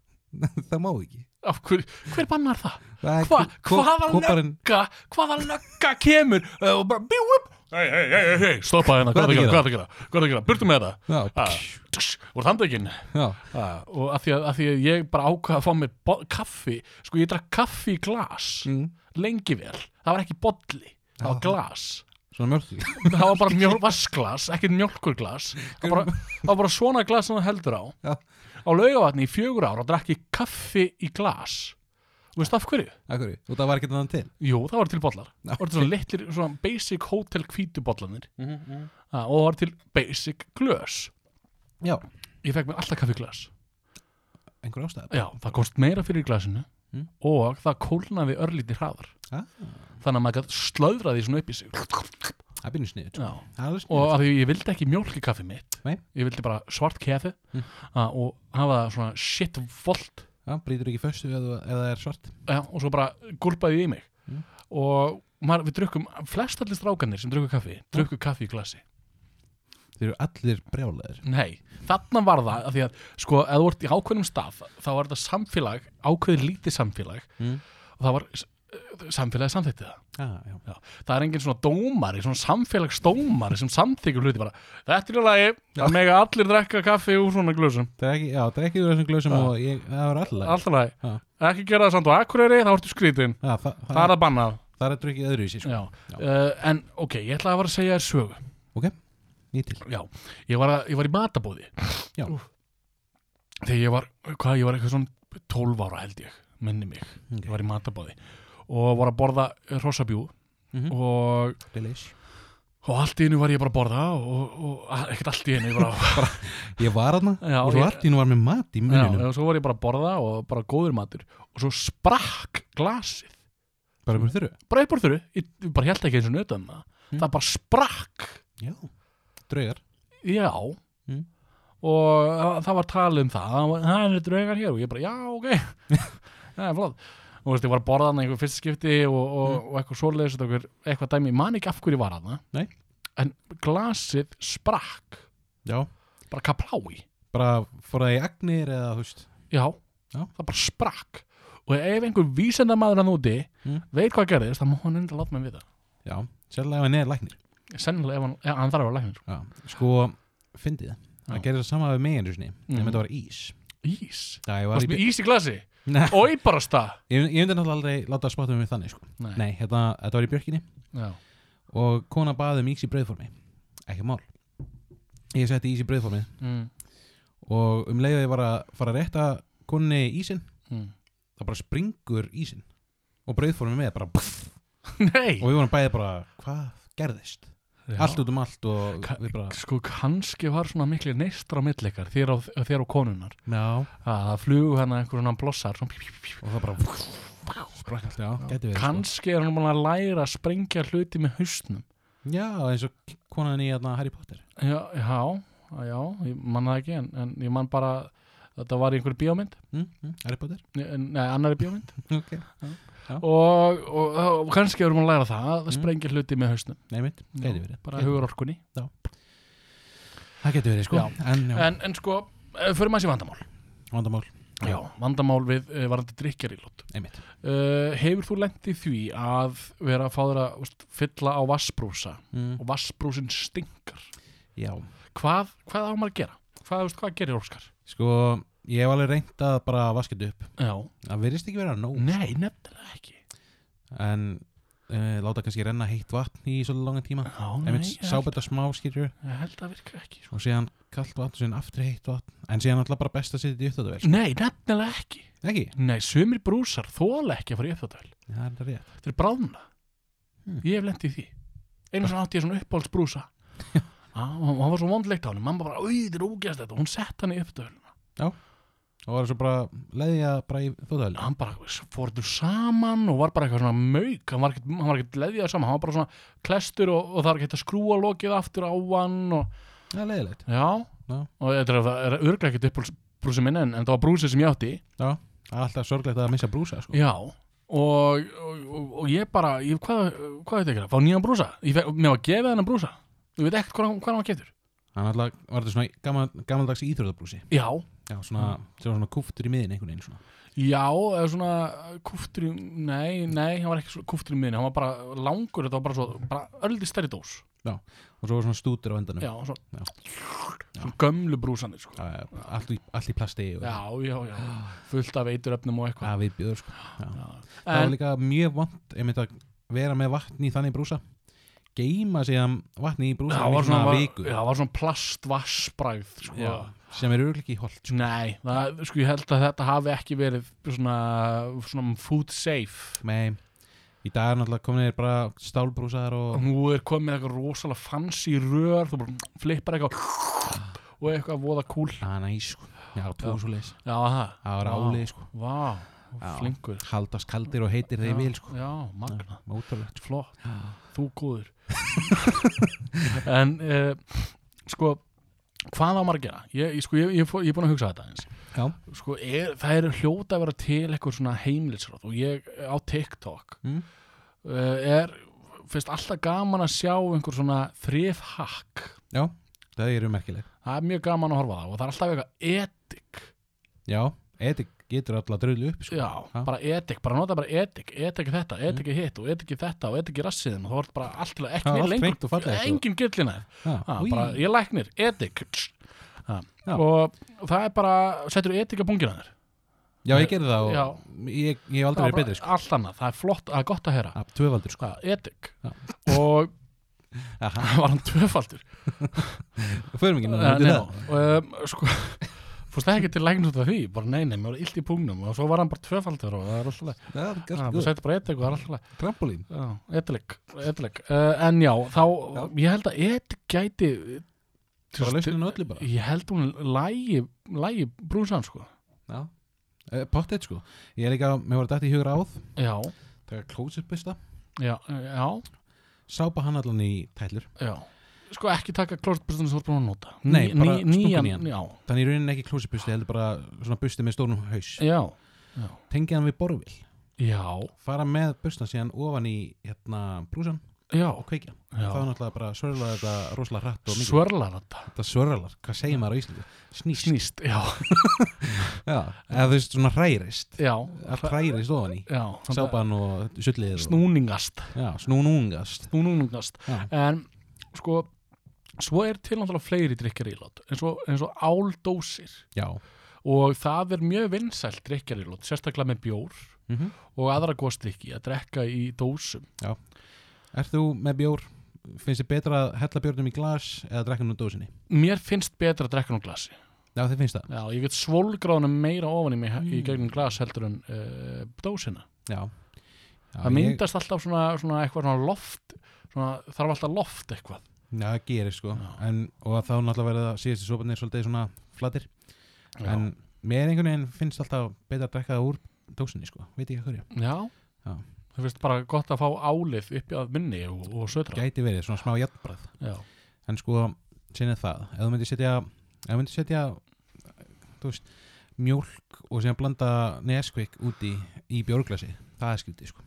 S1: það má ekki.
S2: af hver, hver bannar það?
S1: Það er
S2: Hva,
S1: ko-
S2: hvaða
S1: koparinn-
S2: lögga hvaða lögga kemur uh, og bara bíu upp hei, hei, hei, hei, hei, stoppa hérna, hvað er það að gera, hvað er það að gera hvað er það að gera, burtu með það
S1: Já,
S2: Ah, tss, voru handekinn
S1: já.
S2: og að því að, að því að ég bara ákvaða að fá mér bo- kaffi, sko ég drakk kaffi í glas
S1: Mm.
S2: lengi vel, það var ekki bolli það var
S1: Já.
S2: glas,
S1: Svona [laughs] mjölk.
S2: það var bara mjól, vaskglas ekkert mjölkurglas það var bara, það var bara svona glas sem það heldur á
S1: Já.
S2: á laugavatni í fjögur ára drakk ég kaffi í glas Þú veist af hverju?
S1: Akkur, og það var ekkert annan til.
S2: Jú, það var til bollar
S1: Já.
S2: Það var til svona litlir, svona basic hotel kvítubollanir ah, og það var til basic glös
S1: Já,
S2: Ég fekk mér alltaf kaffi í glas
S1: einhver ástæð.
S2: Já, það komst meira fyrir í glasinu
S1: Mm.
S2: og það kólnaði örlítið hraðar
S1: Ah.
S2: þannig að maður gætt slöðraði svona upp í sig
S1: Það byrjum sniður.
S2: Já.
S1: sko. Það er alveg
S2: og
S1: sniður.
S2: af því ég vildi ekki mjólk í kaffi mitt
S1: Nei.
S2: ég vildi bara svart kefi
S1: Mm.
S2: ah, og hafa það svona shit volt
S1: Já, brýtur ekki föstu eða það er svart.
S2: Já, og svo bara gulpaði í mig
S1: Mm.
S2: og maður, við drukkum flestallir strákanir sem drukku kaffi,
S1: Ah.
S2: drukku kaffi í glasi
S1: Þeir eru allir brjálæðir.
S2: Nei, þarna var það að því að sko, ef þú ert í ákveðnum stað þá var þetta samfélag, ákveðið lítið samfélag
S1: Mm.
S2: og það var eh, samfélagið samþýttið það.
S1: Ah, já.
S2: Já. Það er engin svona dómari, svona samfélagsdómari sem samþykkur hluti bara Þetta er í lagi, það mega allir drekka kaffi úr svona glösum,
S1: Það er ekki, já, það er ekki úr þessum glösum
S2: Já.
S1: og ég, það er allir.
S2: alltaf lagi
S1: Já.
S2: Ekki gera það samt og akureyri, þá ertu skrítin
S1: Já, það, það,
S2: Það er að banna
S1: það er drukkið öðru í sér. sko.
S2: Já.
S1: Já.
S2: Uh, En ok, ég ætla að vera að segja þér sögu
S1: Nýtil.
S2: Já, ég var, að, ég var í matabóði
S1: Já.
S2: Úff. Þegar ég var, hvað, ég var eitthvað svona 12 ára held ég, minni mig Ég
S1: Okay.
S2: var í matabóði og var að borða rosabjú
S1: Mm -hmm.
S2: og, og allt í einu var ég bara að borða og, og að- ekkert allt í einu ég
S1: [laughs]
S2: bara,
S1: Ég var aðna
S2: Já,
S1: og svo
S2: ég-
S1: allt í nú var með mat í
S2: já,
S1: mununum.
S2: og svo var ég bara að borða og bara góður matur og svo sprakk glasið
S1: Bara mjög þurru.
S2: bara upp úr þurru, ég ég bara held ekki eins og nötan það
S1: Mm.
S2: það bara sprakk
S1: Já. Draugar.
S2: já
S1: Mm.
S2: og það- það var talið um það það var- það er draugar hér og ég bara já ok
S1: [laughs]
S2: það er flott og veist, ég var að borða hann einhver fyrst skipti og, og,
S1: Mm.
S2: og eitthvað svoleiðis og eitthvað, eitthvað dæmi, ég man ekki af hverju ég var hann
S1: Nei.
S2: en glasið sprakk
S1: Já.
S2: bara kaplái,
S1: Bara fór það í agnir eða, þú veist.
S2: já,
S1: Já.
S2: það bara sprakk og ef einhver vísendamaður hann úti
S1: Mm.
S2: veit hvað gerðist, það má hann enda láta mig við það
S1: Já. Sérlega ef hann er læknir.
S2: sennilega ef hann, ja, hann þarf að vera læknir
S1: Já. Sko, fyndið það.
S2: Já.
S1: Það gerir það sama við mig einu sinni. Mm
S2: Mhm.
S1: -hmm. þetta var ís.
S2: ís,
S1: Já, ég var
S2: varst
S1: í...
S2: með ís í glasi
S1: Nei,
S2: og í bara stað
S1: ég, ég myndi náttúrulega aldrei láta að spotta mig þannig, sko. Nei, hérna, þetta var í björkinni.
S2: Já.
S1: og kona baði um ís í brauðformi ekki mál ég setti ís í brauðformi
S2: Mm.
S1: og um leiðið ég var að fara að rétta konni ísin,
S2: Mm.
S1: það bara springur ísin og brauðformi með bara pff,
S2: Nei
S1: og við vorum bæði bara, hvað gerðist
S2: Já.
S1: allt út um allt og
S2: Ka-
S1: við bara
S2: Sko kannski var svona miklu neistra millikar þér á, þér á konunar
S1: já,
S2: að það flugu hérna einhver svona blossar svona, pí, pí, pí,
S1: og það bara sko. pff, sprakk allt, já, gæti
S2: pí.
S1: verið sko.
S2: kannski er hann búin að læra að sprengja hluti með hausnum
S1: sko. já, eins og konan í hérna, Harry Potter
S2: já, já, já ég man það ekki en, en ég man bara að þetta var í einhver bíómynd
S1: mm, mm, Harry
S2: [laughs]
S1: Potter,
S2: nei, annari bíómynd
S1: ok,
S2: og, og, og kannski er hann búin að læra það að
S1: Mm.
S2: sprengja hluti með hausnum
S1: neymitt, gæti verið
S2: bara
S1: Gæti-
S2: hugur orkunni
S1: það gæti verið, sko,
S2: Já.
S1: en já,
S2: en, en sko, fyrir maður sér vandamál
S1: vandamál
S2: já, vandamál við eh, varandi drikjarílót
S1: neymitt,
S2: Uh, hefur þú lent í því að vera að fá þér að úst, fylla á vassbrúsa
S1: mm,
S2: og vassbrúsin stinkar
S1: já
S2: hvað, hvað á maður að gera? hvað, úst, hvað gerir Óskar?
S1: Sko, ég hef alveg reynt að bara vaska þetta upp
S2: Já.
S1: Það virðist ekki vera nóg
S2: nei, nefnilega ekki
S1: En uh, láta kannski renna heitt vatn í svolítið langan tíma
S2: Já, nei,
S1: Einmitt
S2: ég,
S1: sá
S2: held,
S1: þetta smá skýrjur
S2: ég held að virka ekki sko.
S1: Og síðan kallt vatn, síðan aftur heitt vatn En síðan alltaf bara best að setja þetta í upptöðuvel
S2: nei, nefnilega ekki
S1: Ekki?
S2: nei, sumir brúsar þóla ekki að fara í uppþáttal
S1: Já, það er rétt
S2: þeir bráðna
S1: Hmm.
S2: ég hef lent í því einu svona átti ég svona uppáhaldsbrúsa Ah, og hann var svo vondlegt á hann mamma bara, auður, ógæst þetta og hún sett hann í upptöðul
S1: Já. og var svo bara leðja bara í þóttæðal
S2: hann bara fórður saman og var bara eitthvað svona mauk hann var ekkert, hann var ekkert leðjað saman, hann var bara svona klestur og, og það var ekki hægt að skrúa lokið aftur á hann og
S1: það er leðilegt
S2: já,
S1: Já.
S2: og þetta er, það er örglega ekkert upp brúsi minn en, en það var brúsi sem ég átti
S1: alltaf sorglegt að missa brúsa sko.
S2: já, og, og, og, og ég bara ég, hvað, hvað veit ég ekki, fá nýjan brúsa ég, fe- mér var gefið hennan brúsa ég veit ekkert hvað, hann- hvað hann var getur
S1: hann alltaf var þetta svona gamal, gamaldags íþróðabrúsi
S2: já,
S1: já, svona,
S2: Mm.
S1: sem var svona kúftur í miðin einhvern veginn svona
S2: já, eða svona kúftur í, nei, nei, hann var ekki svona kúftur í minni, hann var bara langur þetta var bara svo, bara öldi stærri dós
S1: og svo var svona stútur á endanum
S2: já, svo,
S1: Já.
S2: svona gömlu brúsanir sko.
S1: Já, já, allt, í, allt í plasti og
S2: já, já, já, fullt af eituröfnum og eitthvað
S1: að við bjöður sko. það var
S2: en,
S1: líka mjög vant einmitt að vera með vatn í þannig brúsa geima síðan vatni í brúsa
S2: það var svona, var,
S1: viku
S2: já, var svona plastvassbræð sko.
S1: Já, sem er örgulega ekki holdt sko.
S2: nei, það, sko, ég held að þetta hafi ekki verið svona, svona food safe
S1: Nei, í dag er náttúrulega komin þér bara stálbrúsar og
S2: og nú er komið eitthvað rosalega fancy rör þú bara flippar eitthvað og eitthvað voða cool já,
S1: að næ sko, já,
S2: Já.
S1: tósuleis
S2: það,
S1: það var
S2: Vá.
S1: álið sko,
S2: vá,
S1: Já.
S2: flinkur
S1: haldast kaldir og heitir þeir
S2: Já,
S1: vil sko,
S2: já, magna,
S1: ótrúlegt
S2: flott þú góður [laughs] en uh, sko hvað á maður að gera? Ég, ég, sko, ég, ég, fó- ég er búin að hugsa þetta eins
S1: Já,
S2: sko, er, það er hljóta að vera til eitthvað svona heimlisróð og ég á TikTok
S1: mm?
S2: uh, er finnst alltaf gaman að sjá einhver svona þrifhakk
S1: já það eru merkileg
S2: það er mjög gaman að horfa á það og það er alltaf eitthvað edik
S1: Já, etik getur alltaf dröðlu upp sko.
S2: já,
S1: Ha?
S2: bara edik, bara nota bara edik edik er þetta, edik er hitt og edik er þetta og edik er rassiðin og það var bara allt til að
S1: Já,
S2: ekki
S1: allt
S2: lengur-
S1: hreint og fallegt og-
S2: engin gillina
S1: Já,
S2: Ha,
S1: új,
S2: Ah, bara, ég er læknir, edik Ah, ha,
S1: Já.
S2: og það er bara setur edik að bungina þér
S1: já ég gerði það og
S2: Já.
S1: ég, ég hef aldrei
S2: Það er
S1: verið
S2: bara
S1: betri sko.
S2: allt annað, það er flott, það er gott að heyra
S1: Að Tvöfaldur sko
S2: ha, edik
S1: Já.
S2: og [laughs]
S1: Aha,
S2: var hann tvöfaldur
S1: förum ekki núna
S2: Eh,
S1: út í
S2: nei,
S1: það.
S2: og, um, sko [laughs] fórst ekki til læknir út af því, bara nei, nei, mér var illt í pungnum og svo var hann bara tvöfaldur og það er alltaf leið.
S1: Já, það er
S2: Ha,
S1: gert
S2: bara
S1: góð.
S2: setur bara edik og það er alltaf leið.
S1: Trampolín
S2: Já, edileg, edileg. Uh, en já, þá,
S1: Já.
S2: ég held að edik gæti
S1: Það var lausnin á öllu bara
S2: ég held hún lægi, lægi brúsan sko
S1: Já Eh, Pottet sko Ég er líka, mér var dætt í hugur áð
S2: já,
S1: Þegar klósitbusta
S2: já, já,
S1: Sápa hann allan í tællur
S2: já sko ekki taka klórtbustunum sem þú ert búin að nota
S1: Nei,
S2: Ný-
S1: bara
S2: ný- nýjan-
S1: stungun í
S2: já,
S1: Þannig í rauninni ekki klósitbusti heldur bara Svona busti með stórum haus
S2: já,
S1: Tengið hann við borvill
S2: já,
S1: Fara með bustan síðan ofan í hérna brúsan
S2: já,
S1: og kveikja
S2: Já.
S1: Það var náttúrulega bara svörlaði þetta rosalega hratt og mikið
S2: svörlar þetta
S1: Þetta svörlar, hvað segir maður á Íslandi? Snýst
S2: snýst, já,
S1: Já, eða þú veist svona hrærist
S2: já
S1: Allt hrærist ofan í
S2: já, samt að-
S1: Sápan og sullið og
S2: snúningast
S1: Já, snúnungast
S2: snúningast
S1: Já.
S2: en sko svo er til náttúrulega fleiri drikkarílát eins og, eins og áldósir
S1: Já
S2: og það er mjög vinsælt drikkarílát, sérstaklega með bjór
S1: mm
S2: og aðra góðstrykki að drekka í dósum
S1: Ert þú með bjór? Finnst þið betra að hella bjórnum í glas eða drekka nú dósinni?
S2: mér finnst betra að drekka nú glasi
S1: Já, þið finnst það.
S2: Já, ég get svólgráðuna meira ofan í mig í
S1: Mm.
S2: gegnum glas heldur en uh, dósina.
S1: Já. Já,
S2: það myndast alltaf svona, svona eitthvað svona loft, svona, þarf alltaf loft eitthvað.
S1: Ég, já, það gerir sko.
S2: Já.
S1: En, og þá náttúrulega verða síðustu sopanir svolítið svona flatir.
S2: Já,
S1: En mér einhvern veginn finnst alltaf betra að drekka það úr dósinni sko. Veit ekki að hverju.
S2: já.
S1: Já.
S2: það finnst bara gott að fá álið upp í að minni og, og sötra.
S1: Gæti verið svona smá jafnbræð.
S2: Já,
S1: En sko, sinni það. Ef þú myndir setja, ef þú myndir setja, þú veist, mjólk og síðan blanda neskvik úti í bjórglasi, það er skrítið sko.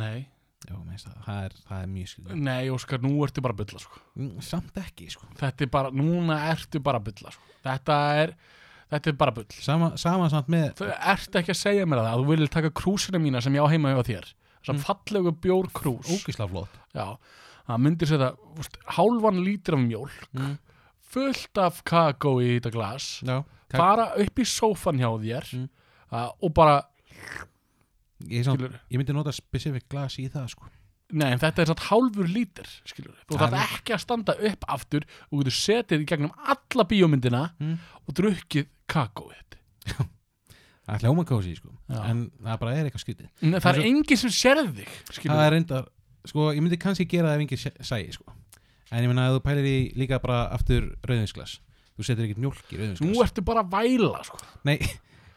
S2: nei,
S1: Já, mér finnst það, það er, það er mjög skrítið.
S2: nei, Óskar, nú ertu bara að bylla, sko.
S1: Mm, Samt ekki sko.
S2: Þetta er bara, núna ertu bara að bylla, sko. Þetta er, þetta er bara byll.
S1: Sama, sama samt með
S2: Þú ert ekki að segja mér það að þú viljir taka krúsina mína sem ég á heima hjá þér. Þessar
S1: Mm.
S2: mm. fallegu bjórkrús.
S1: ógisla flott
S2: Já, það myndir setja úst, hálfan lítur af mjól
S1: mm.
S2: fullt af kakó í þetta glas
S1: Já, Kak-
S2: fara upp í sófan hjá þér
S1: Mm.
S2: að, og bara,
S1: ég, samt,
S2: skilur
S1: ég myndi nota specific glas í það sko
S2: nei, en þetta er satt hálfur lítur skilur, þú
S1: Það
S2: þarf
S1: er-
S2: ekki að standa upp aftur og getur setið í gegnum alla bíómyndina
S1: Mm.
S2: og drukkið kakóið
S1: Það er hljóma kósi sko
S2: Já.
S1: En það bara er eitthvað skrítið
S2: Nei, það
S1: En
S2: er
S1: svo-
S2: enginn sem sérði þig skilur,
S1: Mm. Það er reyndar, sko, ég myndi kannski gera það ef engin sé- sæi sko En ég meina að þú pælir í líka bara aftur rauðinsglas Þú setur ekkert mjólk í
S2: nú
S1: rauðinsglas
S2: ertu bara að væla sko.
S1: Nei,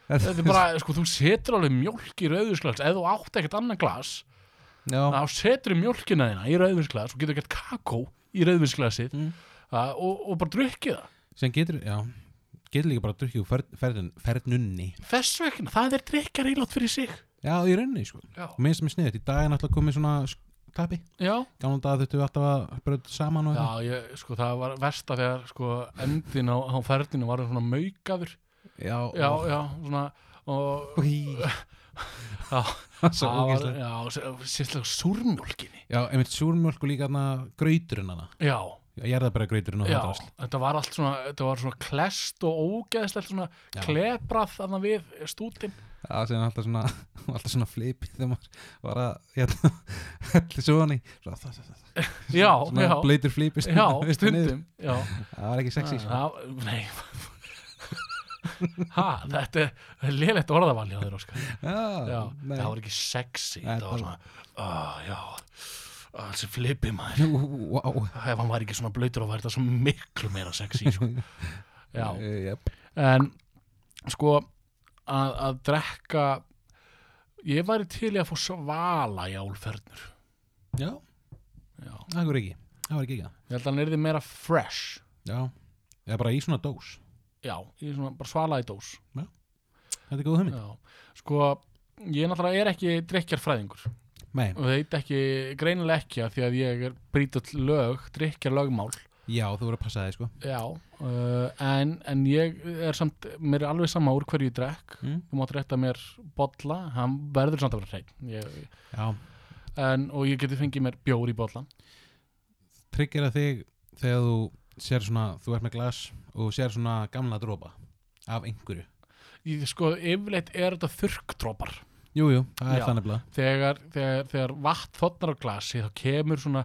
S2: Þetta
S1: [laughs]
S2: er bara, sko, þú setur alveg mjólk í rauðvínsglas Ef þú átt ekkert annan glas
S1: [laughs] Já,
S2: þá setur mjólkina þína í rauðvínsglas og getur ekkert kakó í rauðvínsglasið
S1: Mm.
S2: uh, og, og bara drukkið það
S1: sem getur, já Getur líka bara að drukkið úr fer, ferðun, ferðnunni
S2: Þess vegna, það er drikjar ílátt fyrir sig
S1: Já, í rauninni, sko
S2: Já,
S1: Mér sem er sniðið, í dag er náttúrulega komið svona sk- tappi
S2: já,
S1: Gáðan dag þurftum við alltaf að bröða saman og
S2: já
S1: eitthvað
S2: ég, sko, það var versta þegar sko, endin á, á ferðinu var svona maukaður
S1: Já,
S2: Já, já, svona og
S1: [laughs] já [laughs] Svo
S2: það var-
S1: ógeðslega.
S2: Já, sérstaklega súrmjólkinni
S1: Já, einmitt súrmjölk og líka þarna grauturinn hana
S2: Já,
S1: Ég er það bara grauturinn og
S2: já,
S1: það drasl
S2: þetta var allt svona þetta var svona klest og ógeðslegt svona
S1: Já.
S2: klebrað þarna við stútin
S1: Já, sem er alltaf svona, [laughs] alltaf svona flipið þegar maður var að hérna, [laughs] hellu svo hann í Svo, það, það, það,
S2: Já,
S1: svona
S2: já,
S1: bleitur flipið [laughs]
S2: já, stundum Já,
S1: Það var ekki sexy, sko
S2: Já, nei ha, þetta er lélegt orðavalja þér, Óskar já,
S1: Já, nei. [laughs]
S2: það var ekki sexy
S1: Nei,
S2: það var
S1: bara-
S2: svona uh, já, uh, þessi flipi maður
S1: Wow
S2: ef hann var ekki svona blöytur og var þetta svo miklu meira sexy
S1: [laughs]
S2: sko. já,
S1: Eh, jep.
S2: en sko að, að drekka ég væri til í að fá svala í álferðnur
S1: Já,
S2: já.
S1: það voru ekki Það var ekki ekki
S2: ég held að hann er meira fresh
S1: Já, eða bara í svona dós
S2: já, ég er svona bara svala í dós
S1: Þetta er góð hugmynd
S2: já, sko ég náttúrulega er ekki drikjarfræðingur
S1: Nei,
S2: og veit ekki, greinilega ekki að því að ég er brýtull lög, drikkjar lögmál
S1: já, þú voru að passa þig, sko
S2: já, uh, en, en ég er samt, mér er alveg sama úr hverju ég drekk
S1: mm?
S2: þú mátt rétta mér bolla hann verður samt að vera hrein ég,
S1: Já,
S2: en, og ég geti fengið mér bjór í bollan
S1: tryggir að þig þegar þú sér svona, þú ert með glas og sér svona gamla dropa af einhverju
S2: ég, sko, yfirleitt er þetta þurrkdrópar
S1: Jú, jú, það er
S2: Já.
S1: það nefnilega
S2: þegar, þegar, þegar vatn þotnar á glasi þá kemur svona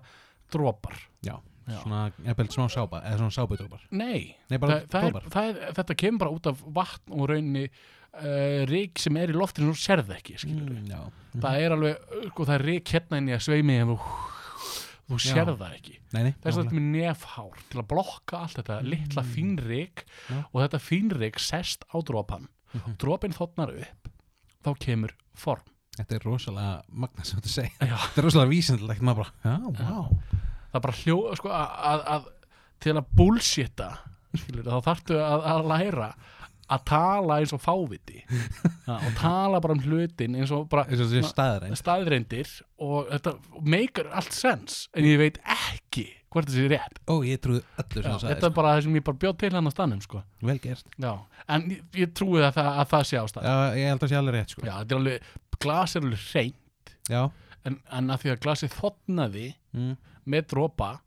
S2: drópar
S1: Já,
S2: Já.
S1: svona, eða smá sápa eða svona sápudrópar
S2: nei,
S1: Nei, bara
S2: það, það
S1: dropar
S2: er, það er, þetta kemur bara út af vatn og rauninni uh, rík sem er í loftinu og þú sérð ekki, skilur
S1: mm, Já,
S2: það er alveg, sko, það er rík hérna inn í að sveimi en þú, þú
S1: Já.
S2: sérð það ekki
S1: nei, nei
S2: þess að
S1: nákvæmlega.
S2: þetta er með nefhár til að blokka allt þetta litla
S1: Mm.
S2: fínrik
S1: Já.
S2: og þetta fínrik sest á dropan
S1: Mhm.
S2: dropin þotnar upp þá kemur form
S1: Þetta er rosalega magna sem þetta segir
S2: Já.
S1: Þetta er rosalega vísindilegt, maður bara, já,
S2: Já.
S1: vá
S2: það er bara hljó, sko, að, að, að til að bullshita skilur, þá þarftu að, að læra að tala eins og fáviti ja, og tala bara um hlutin eins og bara
S1: Eins og þetta
S2: Ma-
S1: er staðræn
S2: staðreindir og þetta meikar allt sens en ég veit ekki hvort þessi er rétt
S1: Ó, ég trúði öllu sem
S2: Já,
S1: það
S2: þetta
S1: sagði
S2: er bara það sem ég bara bjóð til hann á stanum sko.
S1: sko. Vel gert
S2: Já, en ég, ég trúi að það, að það sé ástæð
S1: Já, ég held að sé alveg rétt, sko
S2: Já, þetta er alveg, glas er alveg hrein
S1: Já,
S2: en, en að því að glasið þotnaði
S1: mm.
S2: með dropa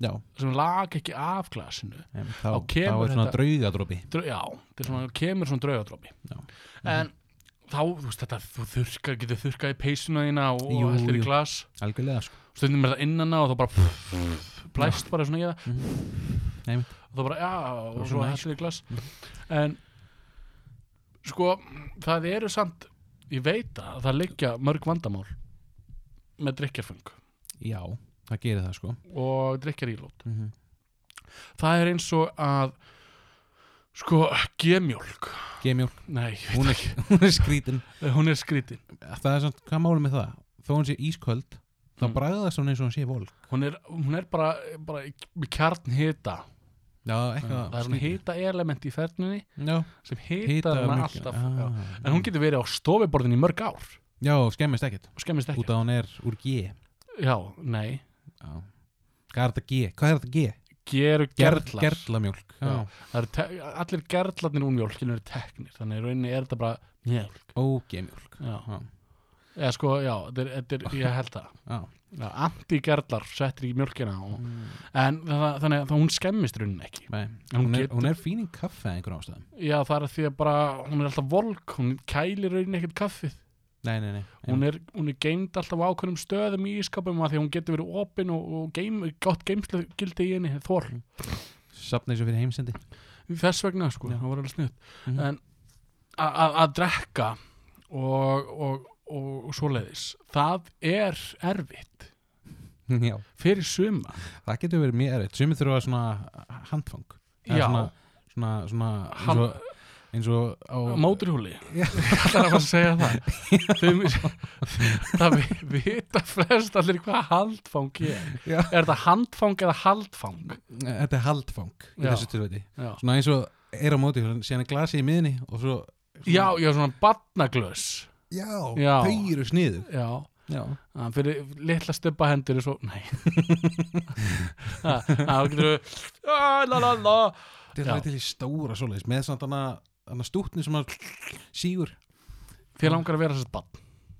S1: já
S2: sem lag ekki af glasinu
S1: em, þá,
S2: Þá
S1: þá
S2: kemur
S1: er svona
S2: þetta-
S1: draugadrópi
S2: Drau, Já, þetta er svona, kemur svona draugadropi
S1: Já.
S2: En þá, þú veist þetta, þú þurrkar, getur þurrkað í peysuna þína og,
S1: Jú,
S2: og hellir í
S1: jú.
S2: glas
S1: Algjörlega, sko
S2: stundum er það innan á og þá bara blæst bara svona í það
S1: Mhm. Einmitt.
S2: og þá bara, já, og
S1: Og
S2: svo
S1: svona næs.
S2: hættir í glas en sko, það eru samt ég veit að það liggja mörg vandamál með drikjarfeng
S1: Já, það gerir það, sko
S2: og drikjarílót
S1: mm -hmm.
S2: það er eins og að sko, gemjólk
S1: Gemjólk,
S2: nei, ég
S1: hún
S2: veit
S1: er, [laughs] hún er skrítin
S2: ekki, hún er skrítin
S1: Það er svona, hvað málum með það? Þó hún sé ísköld, þá
S2: Mm.
S1: bragðast hún eins og hún sé vol
S2: hún er, hún er bara, bara kjarn hita
S1: Já, eitthvað
S2: það er hún hita element í ferninni
S1: Já,
S2: sem hita
S1: hitar
S2: hana
S1: mjólkina.
S2: alltaf já.
S1: ah.
S2: En hún getur verið á stofiborðin í mörg ár
S1: Já, skemmist ekkert
S2: og skemmist ekki.
S1: Út af hún er úr G
S2: Já, nei.
S1: Já. Hvað er þetta G? Hvað er þetta G?
S2: Geru gerlar.
S1: Gerlamjólk Já.
S2: Já. Það eru te- allir gerlarnir úr mjólkinu eru teknir. Þannig í rauninni er þetta bara mjólk.
S1: Ógemjólk
S2: Já.
S1: Já.
S2: Eða sko, já, þetta er, þetta er, ég held það.
S1: Já.
S2: Já, anti-gerlar settir í mjólkina. Og, en það, þannig að hún skemmist í rauninni ekki.
S1: Nei,
S2: En Mm. hún
S1: hún, er,
S2: getur-
S1: hún er fín í kaffe að einhverjum ástæðum
S2: Já, það er að því að bara, hún er alltaf volk, hún kælir rauninni ekkert kaffið.
S1: Nei, nei, nei
S2: Hún er, hún er geimt alltaf á ákveðnum stöðum í ískapum að því að hún getur verið opin og, og geim, gott geimslu gildi í henni, þorl.
S1: Sapna þessu fyrir
S2: [laughs]
S1: heimsendi
S2: þess vegna sko,
S1: Já.
S2: það var alveg snið
S1: Mhm.
S2: en a- a- að drekka og, og, og, og svoleiðis það er erfitt
S1: Já
S2: fyrir suma
S1: Það getur verið mjög erfitt Sumir þurfa svona handfang Það er
S2: já,
S1: Svona, svona, svona
S2: Hand-
S1: svo, eins og á
S2: Móturhúli [laughs]
S1: Já.
S2: Það er að fara að segja [laughs] það Þau, [laughs] Það vi- vita flest allir hvað haldfang er
S1: Já.
S2: Er þetta handfang eða haldfang?
S1: þetta er haldfang í
S2: Já.
S1: þessu tilvæti
S2: Já,
S1: svona eins og er á móti síðan er glasi í miðinni og svo
S2: já, já svona barnaglös
S1: já,
S2: Já.
S1: þau eru sniðu
S2: Já,
S1: já,
S2: að fyrir litla stubba hendur er svo, nei [laughs] Það getur við Ah, la la la
S1: þetta er
S2: Já.
S1: alveg til í stóra svoleiðis með samt hana, hana stútni sem að sígur
S2: Þér langar að vera þessast barn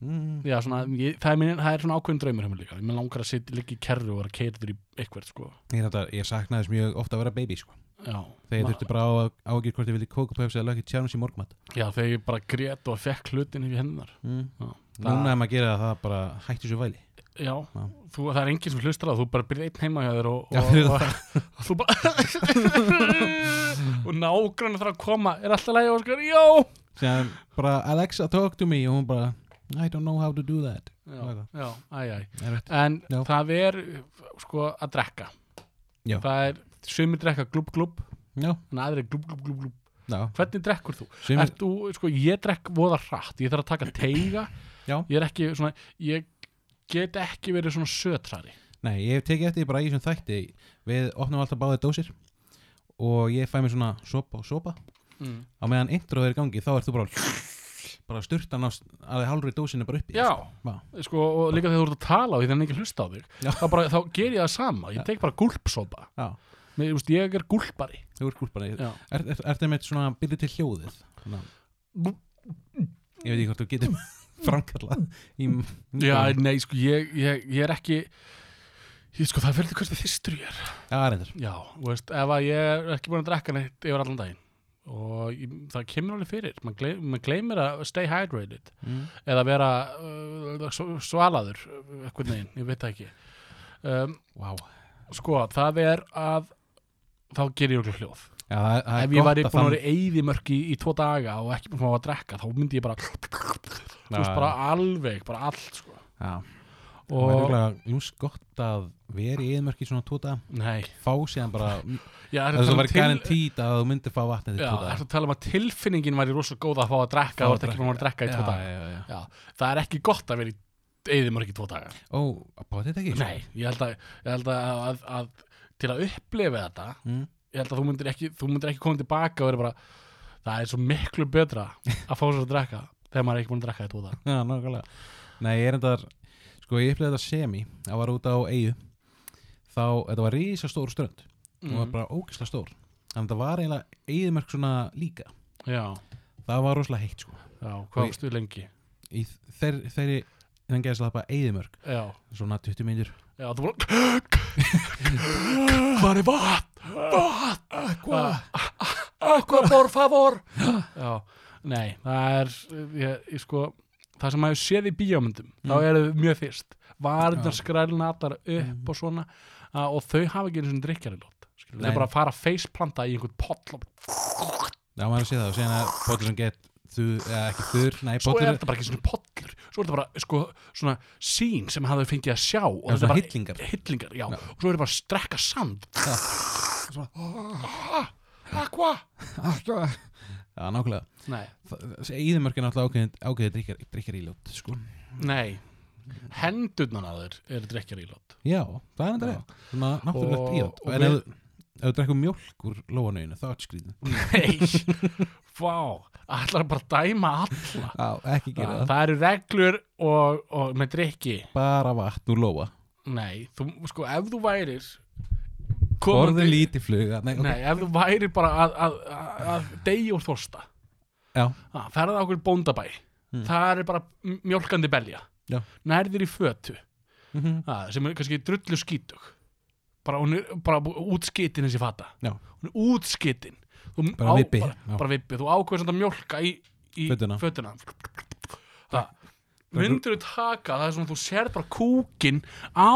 S1: mm.
S2: Já, svona, ég, það, er minn, það er svona ákveðin draumur hjá mér líka Mér langar að sitja líka í kerru og vera keirður í eitthvað sko.
S1: ég, þetta, ég saknaði þess mjög ofta að vera baby sko.
S2: Já,
S1: þegar
S2: Ma-
S1: ég þurfti bara á að ágjur hvort ég vildi kókupöfs eða lökki tjánus í morgumat
S2: Já, þegar ég bara grét og fekk hlutin í hennar
S1: mm.
S2: Já.
S1: núna ef maður gerir það, það bara hættu svo væli
S2: Já,
S1: Já.
S2: Þú, það er enginn sem hlustar á það, þú bara byrðið einn heima hjá þér og,
S1: Já,
S2: og,
S1: fyrir
S2: og, og [laughs] þú bara og nágrann þarf að koma er alltaf lægi og skar, já
S1: síðan bara Alexa talk to me og hún bara I don't know how to do that
S2: Já, já, æ, æ
S1: Það er rétt.
S2: En
S1: Já.
S2: það er sko að drekka
S1: Já.
S2: Það er, sumir drekka glúb glúb
S1: já,
S2: en aðrir glúb glúb glúb glúb
S1: já,
S2: Hvernig drekkur þú?
S1: Sumir-
S2: Ert þú, sko, ég drekk voða hratt Ég þarf að taka teiga
S1: Já.
S2: Ég er ekki svona, ég get ekki verið svona sötrari
S1: Nei, ég hef tekið eftir því bara í þessum þætti Við opnum alltaf báðið dósir Og ég fæ mér svona sopa og sopa
S2: mm.
S1: Á meðan intro er í gangi þá ert þú bara Bara sturtan á að hálfri dósinu bara uppi
S2: Já,
S1: Vá.
S2: sko, og líka þegar þú ert að tala og ég þannig ekki hlusta á þig
S1: Já.
S2: þá, bara, þá ger ég það sama, ég tek bara gúlpsopa
S1: Já,
S2: Mér, þú veist, Ég er gúlpari
S1: þú ert gúlpar Er,
S2: Já.
S1: er, er þetta með svona byrði til hljóðið? Svona, ég veit ekki hvort þú getur [laughs] framkallað í,
S2: Já, nei, sko, ég, ég, ég er ekki Ég sko, það verður hvernig þýstur ég er
S1: Já, reyndar
S2: Já, þú veist, ef að ég er ekki búin að drekka neitt yfir allan daginn og ég, það kemur alveg fyrir maður gleym, mað gleymir að stay hydrated
S1: mm.
S2: eða vera uh, s- svalaður uh, eitthvað neginn, ég veit það ekki um,
S1: Vá
S2: sko, það er að þá ger ég okkur hljóð
S1: Já, það, það er
S2: ef ég
S1: gott
S2: væri
S1: að
S2: búin að
S1: þann-
S2: vera eyði mörk í, í tvo daga og ekki búin að fá að drekka þá myndi ég bara, þú veist,
S1: Já,
S2: bara alveg bara allt, sko
S1: Já, það er
S2: og,
S1: örugglega ljús gott að vera í eðmörki svona tóta
S2: nei,
S1: Fá síðan bara
S2: já,
S1: Það er svo verið garantít að þú myndir fá vatnið til
S2: um Já,
S1: tóta
S2: ertu að tala um að tilfinningin væri rosalega góð að fá að drekka
S1: Fá
S2: og
S1: að
S2: ert ekki búin að drekka í tvo daga.
S1: já, já.
S2: Það er ekki gott að vera í eðimörk í tvo daga.
S1: Ó, báði þetta ekki?
S2: Nei, ég held að, ég held að, að, að til að upplifa þetta,
S1: Mm.
S2: ég held að þú myndir ekki, þú myndir ekki koma tilbaka og vera bara, það er svo miklu betra að fá sér að drekka þegar maður er ekki búin að drekka í tvo daga.
S1: Já, nákvæmlega. Nei, ég er endar, sko, ég upplega þetta semi, það var út á eigu, þá, þetta var risastór strönd, mm.
S2: Mhm.
S1: hún var bara ógislega stór, þannig að það var eiginlega eigumörk svona líka,
S2: Mm. Já,
S1: það var rosalega heitt, sko.
S2: já,
S1: Og
S2: hvað
S1: ég-
S2: ástu lengi?
S1: Í þeir, þeirri, þannig að það bara eigumörk,
S2: Já,
S1: svona 20 minnir.
S2: já, þú bara, [gasps] hvað er vatn? Vatn!
S1: Aqua.
S2: Ah. Aqua, por favor Já, nei, það er ég, ég sko, það sem maður séð í bíómyndum þá eru þau mjög fyrst varðnar skrælnatar upp og svona a, og þau hafa ekki einu svona drikjarilót þau
S1: Nei.
S2: bara fara að faceplanta í einhvern poll og
S1: Já, maður sé það, og síðan að bóttur sem gett, þú, eða ekki þur, nei,
S2: svo er
S1: bóttur,
S2: þetta bara ekki svona pollur svo er þetta bara sko, svona sín sem hafðu fengið að sjá og
S1: Já,
S2: þetta er
S1: svona
S2: bara
S1: hillingar.
S2: [laughs] hillingar já. og svo er þetta bara að strekka [laughs] sand
S1: Já.
S2: Ah, Aqua
S1: já, nákvæmlega.
S2: Nei,
S1: Íðumörk er náttúrulega ákveðið, ákveðið drikkar, drikkar íljót, sko.
S2: nei hendurnar að þeir eru drikjarilót
S1: Já, það er enda
S2: Já.
S1: rétt Svona náttúrulegt
S2: Og-
S1: íðat
S2: og
S1: En
S2: við-
S1: ef þú- ef þú drekkum mjólk úr lóanauðinu þá er skrýðin
S2: Nei, [laughs] vá, ætlar bara að dæma alla.
S1: Já, ekki gera
S2: Það,
S1: það
S2: eru reglur og, og með drikki.
S1: Bara vatn úr lóa
S2: Nei, þú, sko, ef þú værir...
S1: Borðu lítið fluga Nei,
S2: Nei,
S1: okay.
S2: ef þú værir bara að, að, að, að deyja úr þorsta,
S1: Já,
S2: að ferða okkur bóndabæ,
S1: Mm.
S2: það er bara m- mjólkandi belja,
S1: Já.
S2: nærðir í fötu,
S1: mhm,
S2: að, sem er kannski drullu skítug, bara, hún er bara útskitin þessi fata,
S1: já
S2: hún er útskitin. Þú
S1: Bara vibbi,
S2: Bara,
S1: já.
S2: bara vibbi, þú ákveður samt að mjólka í, í
S1: Fötuna.
S2: fötuna. Það, myndur þú taka það er svona þú sér bara kúkin á,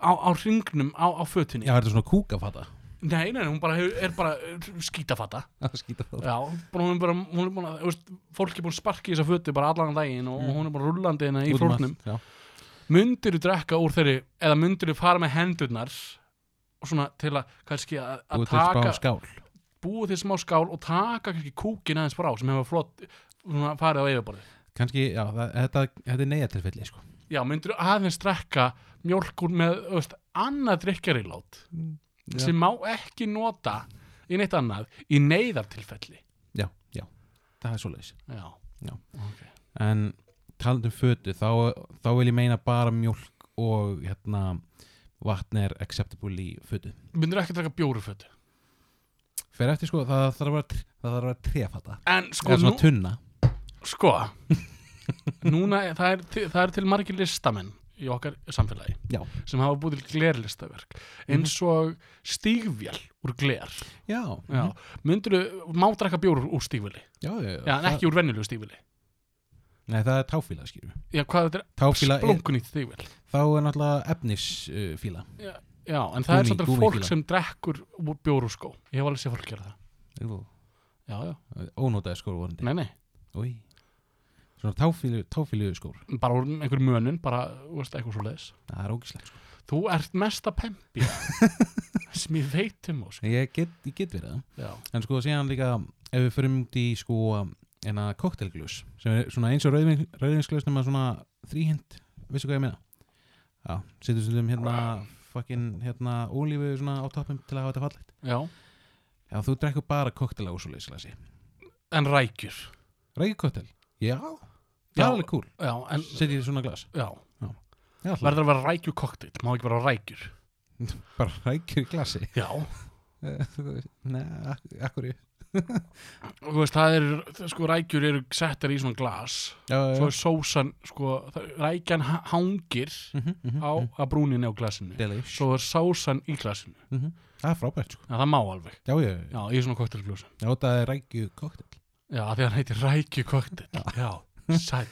S2: á, á ringnum á, á fötunni.
S1: Já, er þetta svona kúkafata
S2: Nei, nei, nei, hún bara hefur, er bara eh, skítafata.
S1: Það skýta það
S2: Já, bara hún er bara, hún er búin að, þú veist, fólk er búin að sparki þessa fötu bara allan daginn og hún er bara rullandi hérna í
S1: Mm. Út um allt,
S2: flórnum.
S1: Já,
S2: Myndur þú drekka úr þeirri, eða myndur þú fara með hendurnar og svona til að, kannski að að
S1: út til
S2: taka...
S1: spá skál
S2: búið til smá skál og taka kannski kúkin aðeins frá sem hefur flott svona, farið á yfirborði
S1: kannski, já, það, þetta, þetta er neyðatilfelli sko.
S2: já, myndur aðeins drekka mjólkur með þú veist, annað drikkarilát
S1: Mm, Já.
S2: sem má ekki nota í neitt annað í neyðartilfelli
S1: já, já, það er svoleiðis
S2: já,
S1: Já.
S2: ok
S1: en talandum fötu þá, þá vil ég meina bara mjólk og hérna vatn er acceptable í fötu
S2: myndur ekki drekka bjórufötu
S1: fyrir eftir sko, það þarf að vera tr- það þarf að vera trefata
S2: en sko,
S1: eða
S2: nú,
S1: svona tunna
S2: sko núna, er- það er, til- það er til margir listamenn í okkar samfélagi
S1: Já. Mhm.
S2: sem hafa búið til glerlistaverk eins og stígvél úr gler
S1: já,
S2: já.
S1: mhm.
S2: myndur þú, má drekka bjór úr stígvéli
S1: já, já,
S2: já, en
S1: það,
S2: ekki úr venjulegu stígvéli
S1: nei, það er táfíla skýrum
S2: já, hvað þetta
S1: táfíla
S2: er,
S1: er,
S2: splungun í stígvél
S1: þá er náttúrulega uh, efnisfíla
S2: já, en það
S1: Gúmmí-
S2: er svolítið fólk
S1: gúmmífíla.
S2: sem drekkur úr bjór úr skó ég hef alveg séð fólk gera það já, já,
S1: ónótaði skór vorandi
S2: nei, nei,
S1: Új. svona táfílu, táfílu skór
S2: bara úr einhverjum mönun bara, þú veist, eitthvað svo leiðis
S1: það er ógislegt sko.
S2: þú ert mesta
S1: [laughs]
S2: pempi sem ég veit um og
S1: En ég get, ég get verið það
S2: já,
S1: en sko síðan líka ef við förum út í sko enna koktelglus sem er svona eins og rauðvin- rauðvinsglös nema svona þríhind, veistu hvað ég meina já, setur stundum hérna fucking hérna ólífu svona á toppum til að hafa þetta fallegt
S2: já
S1: já, þú drekkur bara koktela úr svo leyslasi
S2: en rækjur
S1: reykjokoktel, já það
S2: Já.
S1: er alveg cool,
S2: já, en,
S1: setjum þið svona glas
S2: já,
S1: já, alltaf.
S2: verður að vera rækjur koktill má ekki vera rækjur
S1: bara reykjur í glasi
S2: já,
S1: nei, ak akkur já,
S2: og þú veist, það er sko, rækjur eru settar í svona glas
S1: já, já
S2: svo er sósan, sko það- rækjan ha- hangir
S1: Mhm, mhm,
S2: á
S1: mhm.
S2: að brúninni á glasinu
S1: Delish.
S2: svo er sásan í glasinu
S1: Mhm. það er frábært sko
S2: já, það má alveg,
S1: já, já, já,
S2: já, í svona koktelglúsi
S1: já, það er reykjokoktel
S2: já, af því að hann heitir rækju koktill já, sæl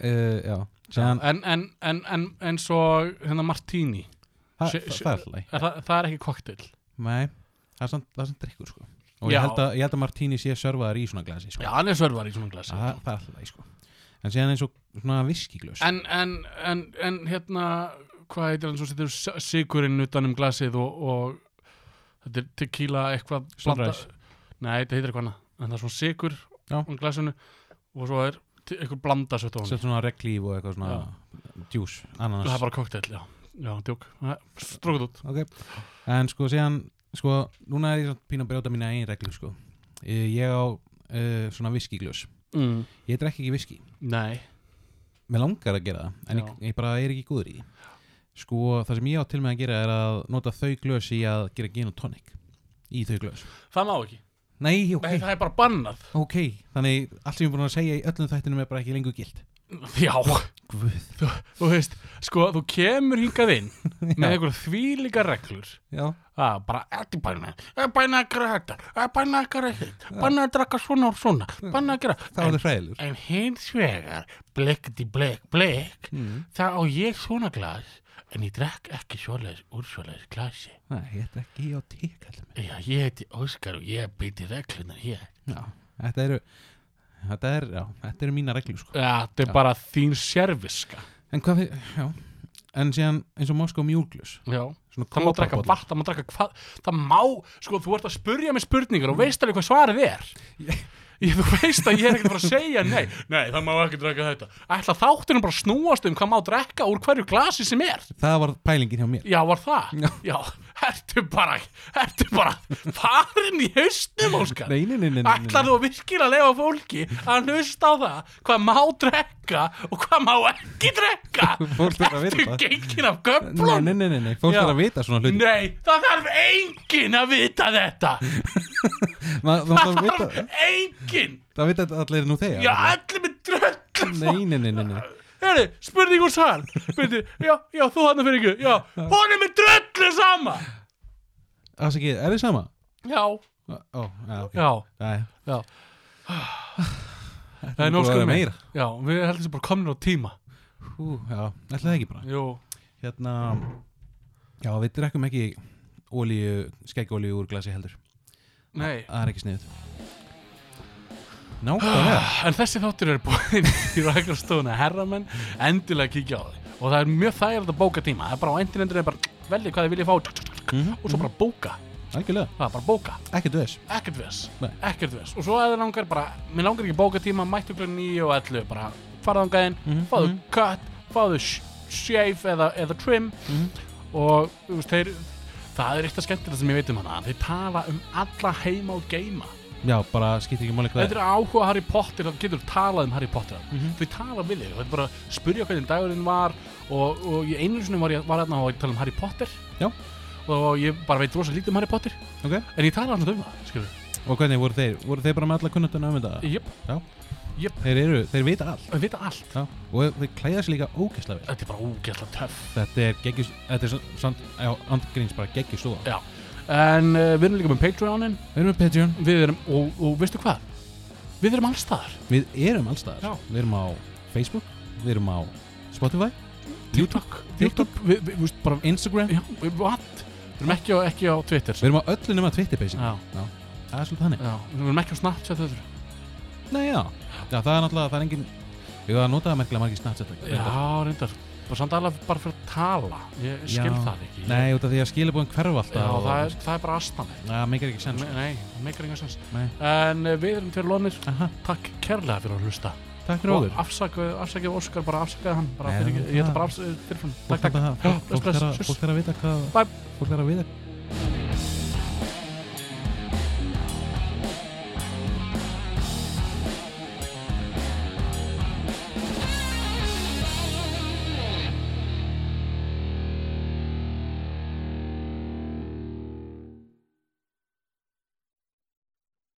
S1: uh, já, síðan
S2: en, en, en, en, en svo hérna martini,
S1: Það-
S2: Sjö-
S1: það
S2: sjö-
S1: það er alltaf
S2: er, það, það er ekki koktill
S1: Nei, það er samt, það er samt drikkur sko Og
S2: Já.
S1: ég held, að, ég held að Martini sé sörfaðar í svona glasi sko
S2: já, hann er sörvar í svona glasi
S1: það, það er alltaf leið sko En síðan eins og svona viskiglös
S2: en, en, en, en hérna hvað heitir hann svo setur s- sykurinn utan um glasið og, og þetta er tequila eitthvað blanda-
S1: Sunrise.
S2: nei, þetta heitir eitthvað annað en það er svona sykur
S1: Já.
S2: um glasinu og svo er te- eitthvað blanda sett á hann
S1: Sett svona reglíf og eitthvað svona djús, ananas
S2: það er bara koktel, já, já, djók strókuð út,
S1: Ok, en sko síðan Sko, núna er ég samt pín að brjóta mína einn reglu sko Eh, Ég á uh, svona viskiglös
S2: mm.
S1: Ég drekk ekki viski
S2: nei
S1: Mér langar að gera það En ég, ég bara er ekki góður í því. Sko, það sem ég á til með að gera er að nota þau glös í að gera gin og tonic Í þau glös
S2: það má ekki,
S1: Nei, ok
S2: nei, það er bara bannað
S1: Ok, þannig allt sem ég er búin að segja í öllum þættinum er bara ekki lengur gilt
S2: já,
S1: Guð
S2: þú veist sko, þú kemur hingað inn með einhverja þvílíka reglur
S1: Já,
S2: Það er bara, þetta er bæna, það er bæna að gera þetta, það er bæna að gera þetta, bæna að draka svona og svona, bæna að gera.
S1: það var
S2: En,
S1: þið hræðilur
S2: en hins vegar, blekkti blekk, blekk,
S1: mm.
S2: það á ég svona glas, en ég drekk ekki svoleiðis úr svoleiðis glasi.
S1: Nei, ég ætla ekki á tík allir mig
S2: Já, ég heiti Óskar og ég byrti reglunar hér.
S1: Já, þetta eru Þetta er, já, þetta eru mína reglur sko
S2: Já, þetta er bara þín sérviska.
S1: En hvað við, já En síðan eins og Moskó mjúglus
S2: Já.
S1: Svona
S2: Það má drekka
S1: dropabolla.
S2: vatn, það má drekka hvað, það má, sko, þú ert að spurja mig spurningar og veist alveg hvað svarið er. Ég, þú veist að ég er ekkert að fara að segja nei, nei, það má ekki drekka þetta. Ætla þáttunum bara að snúast um hvað má drekka úr hverju glasi sem er.
S1: Það var pælingin hjá mér
S2: Já, var það?
S1: Já.
S2: Já, ertu bara, ertu bara farin í haustum, Óskar.
S1: Nei, nei, nei, nei, nei, nei.
S2: Ætlar þú virkilega að lefa fólki að hlusta á það hvað má drekka og hvað má ekki drekka?
S1: Fólk þarf að
S2: Ertu
S1: vita
S2: gengin af
S1: Nei,
S2: göflunum?
S1: nei, nei, nei, nei, fólk
S2: Já.
S1: þarf að vita svona hluti
S2: Nei, það þarf enginn að vita þetta
S1: Ma, Það
S2: Það
S1: þarf að
S2: þarf
S1: vita,
S2: enginn
S1: það vita allir nú þegar
S2: Já, allir með dröllum
S1: Nei, nei, nei, nei, nei
S2: Heri, spurning úr sal Bindi, já, já, þú hann fyrir ykkur Já, hún er með dröllu sama
S1: Afsakið, er þið sama?
S2: Já,
S1: Ó, já, ok
S2: já,
S1: Nei,
S2: já Það er
S1: nú búið að
S2: nóskur
S1: vera
S2: með
S1: meira.
S2: Já, við heldum sem bara komin á tíma
S1: hú, já, ætla það ekki bara
S2: Jú,
S1: hérna já við drekkum ekki olíu, skeggolíu úr glasi heldur
S2: nei
S1: það er ekki sniðut
S2: [gasps]
S1: nákvæmlega
S2: En þessi þáttur er búinn í ræklarstofuna herramenn, endilega kíkja á því og Mhm, það er mjög þægilegt að bóka tíma það er bara á endinendur er bara velja hvað þið viljið fá og svo bara bóka
S1: algjörlega,
S2: það er bara bóka
S1: ekkert veðs
S2: ekkert viss,
S1: Nei.
S2: ekkert viss og svo ef þið langar bara, mér langar ekki bókatíma mættu klun 9 og 11 bara farðangaðinn, mm
S1: Mhm,
S2: -hmm. fáðu
S1: mhm.
S2: cut fáðu sh- shave eða, eða trim
S1: Mhm.
S2: og þú veist, þeir það er eitt af skemmtilega sem ég veit um hana þeir tala um alla heima og geima
S1: Já, bara skiptir ekki máli hvað
S2: þetta er áhuga Harry Potter, það getur talað um Harry Potter
S1: Mhm.
S2: þau tala við þig, þetta er bara að spyrja hvernig dagurinn var og, og ég einu sinni var ég var þarna og ég tala um Harry Potter
S1: Já.
S2: og ég bara veit rosa lítið um Harry Potter
S1: Ok.
S2: en ég tala alltaf um það, skilur
S1: Og hvernig voru þeir? Voru þeir bara með alla kunnutuna um þetta?
S2: Jöp,
S1: Já.
S2: Jöp.
S1: Þeir eru, þeir vita allt
S2: við vita allt
S1: Já. Og þeir klæða sér líka ógeðslega vel
S2: Þetta er bara úgætla töff
S1: Þetta er geggjus, þetta er svo- samt, já, andgríns bara geggjustóða
S2: Já. En uh, við erum líka með Patreonin
S1: Við erum með Patreon,
S2: Við erum, og, og veistu hvað? Við erum allstaðar
S1: við erum allstaðar
S2: Já.
S1: Við erum á Facebook, við erum á Spotify,
S2: TikTok
S1: TikTok.
S2: TikTok Við, við, við, bara,
S1: Instagram
S2: já, við, what? Við erum ekki á, ekki á Twitter
S1: Við erum á öllu nema Twitter basic
S2: Já,
S1: Það er svolítið þannig
S2: já Við erum ekki á Snapchat öðru
S1: Nei, já, já það er náttúrulega, það er engin Ég var að nota það merkilega margir snartsettak
S2: Já, reyndar Bara samt alveg bara fyrir að tala Ég skil
S1: Já.
S2: það ekki
S1: Nei, út af því að skilabúin hverfa
S2: Já,
S1: alltaf
S2: það er, það er bara astanir
S1: Það meikir ekki sens
S2: Nei, það meikar engan sens
S1: Nei.
S2: En uh, við erum tveir lónir
S1: Aha,
S2: Takk kærlega fyrir að hlusta
S1: Takk fyrir
S2: Og
S1: áður
S2: afsakaðu, afsakaðu Óskar, bara afsakaðu hann bara
S1: Nei,
S2: fyrir,
S1: það-
S2: Ég ætla bara afsakaðu fyrir hann
S1: Fólk
S2: Takk, takk
S1: þarf að-
S2: Já,
S1: fólk- fólk
S2: stress,
S1: þarf að-
S2: stress.
S1: Fólk þarf að vita hvað
S2: Bye.
S1: Fólk þarf að vita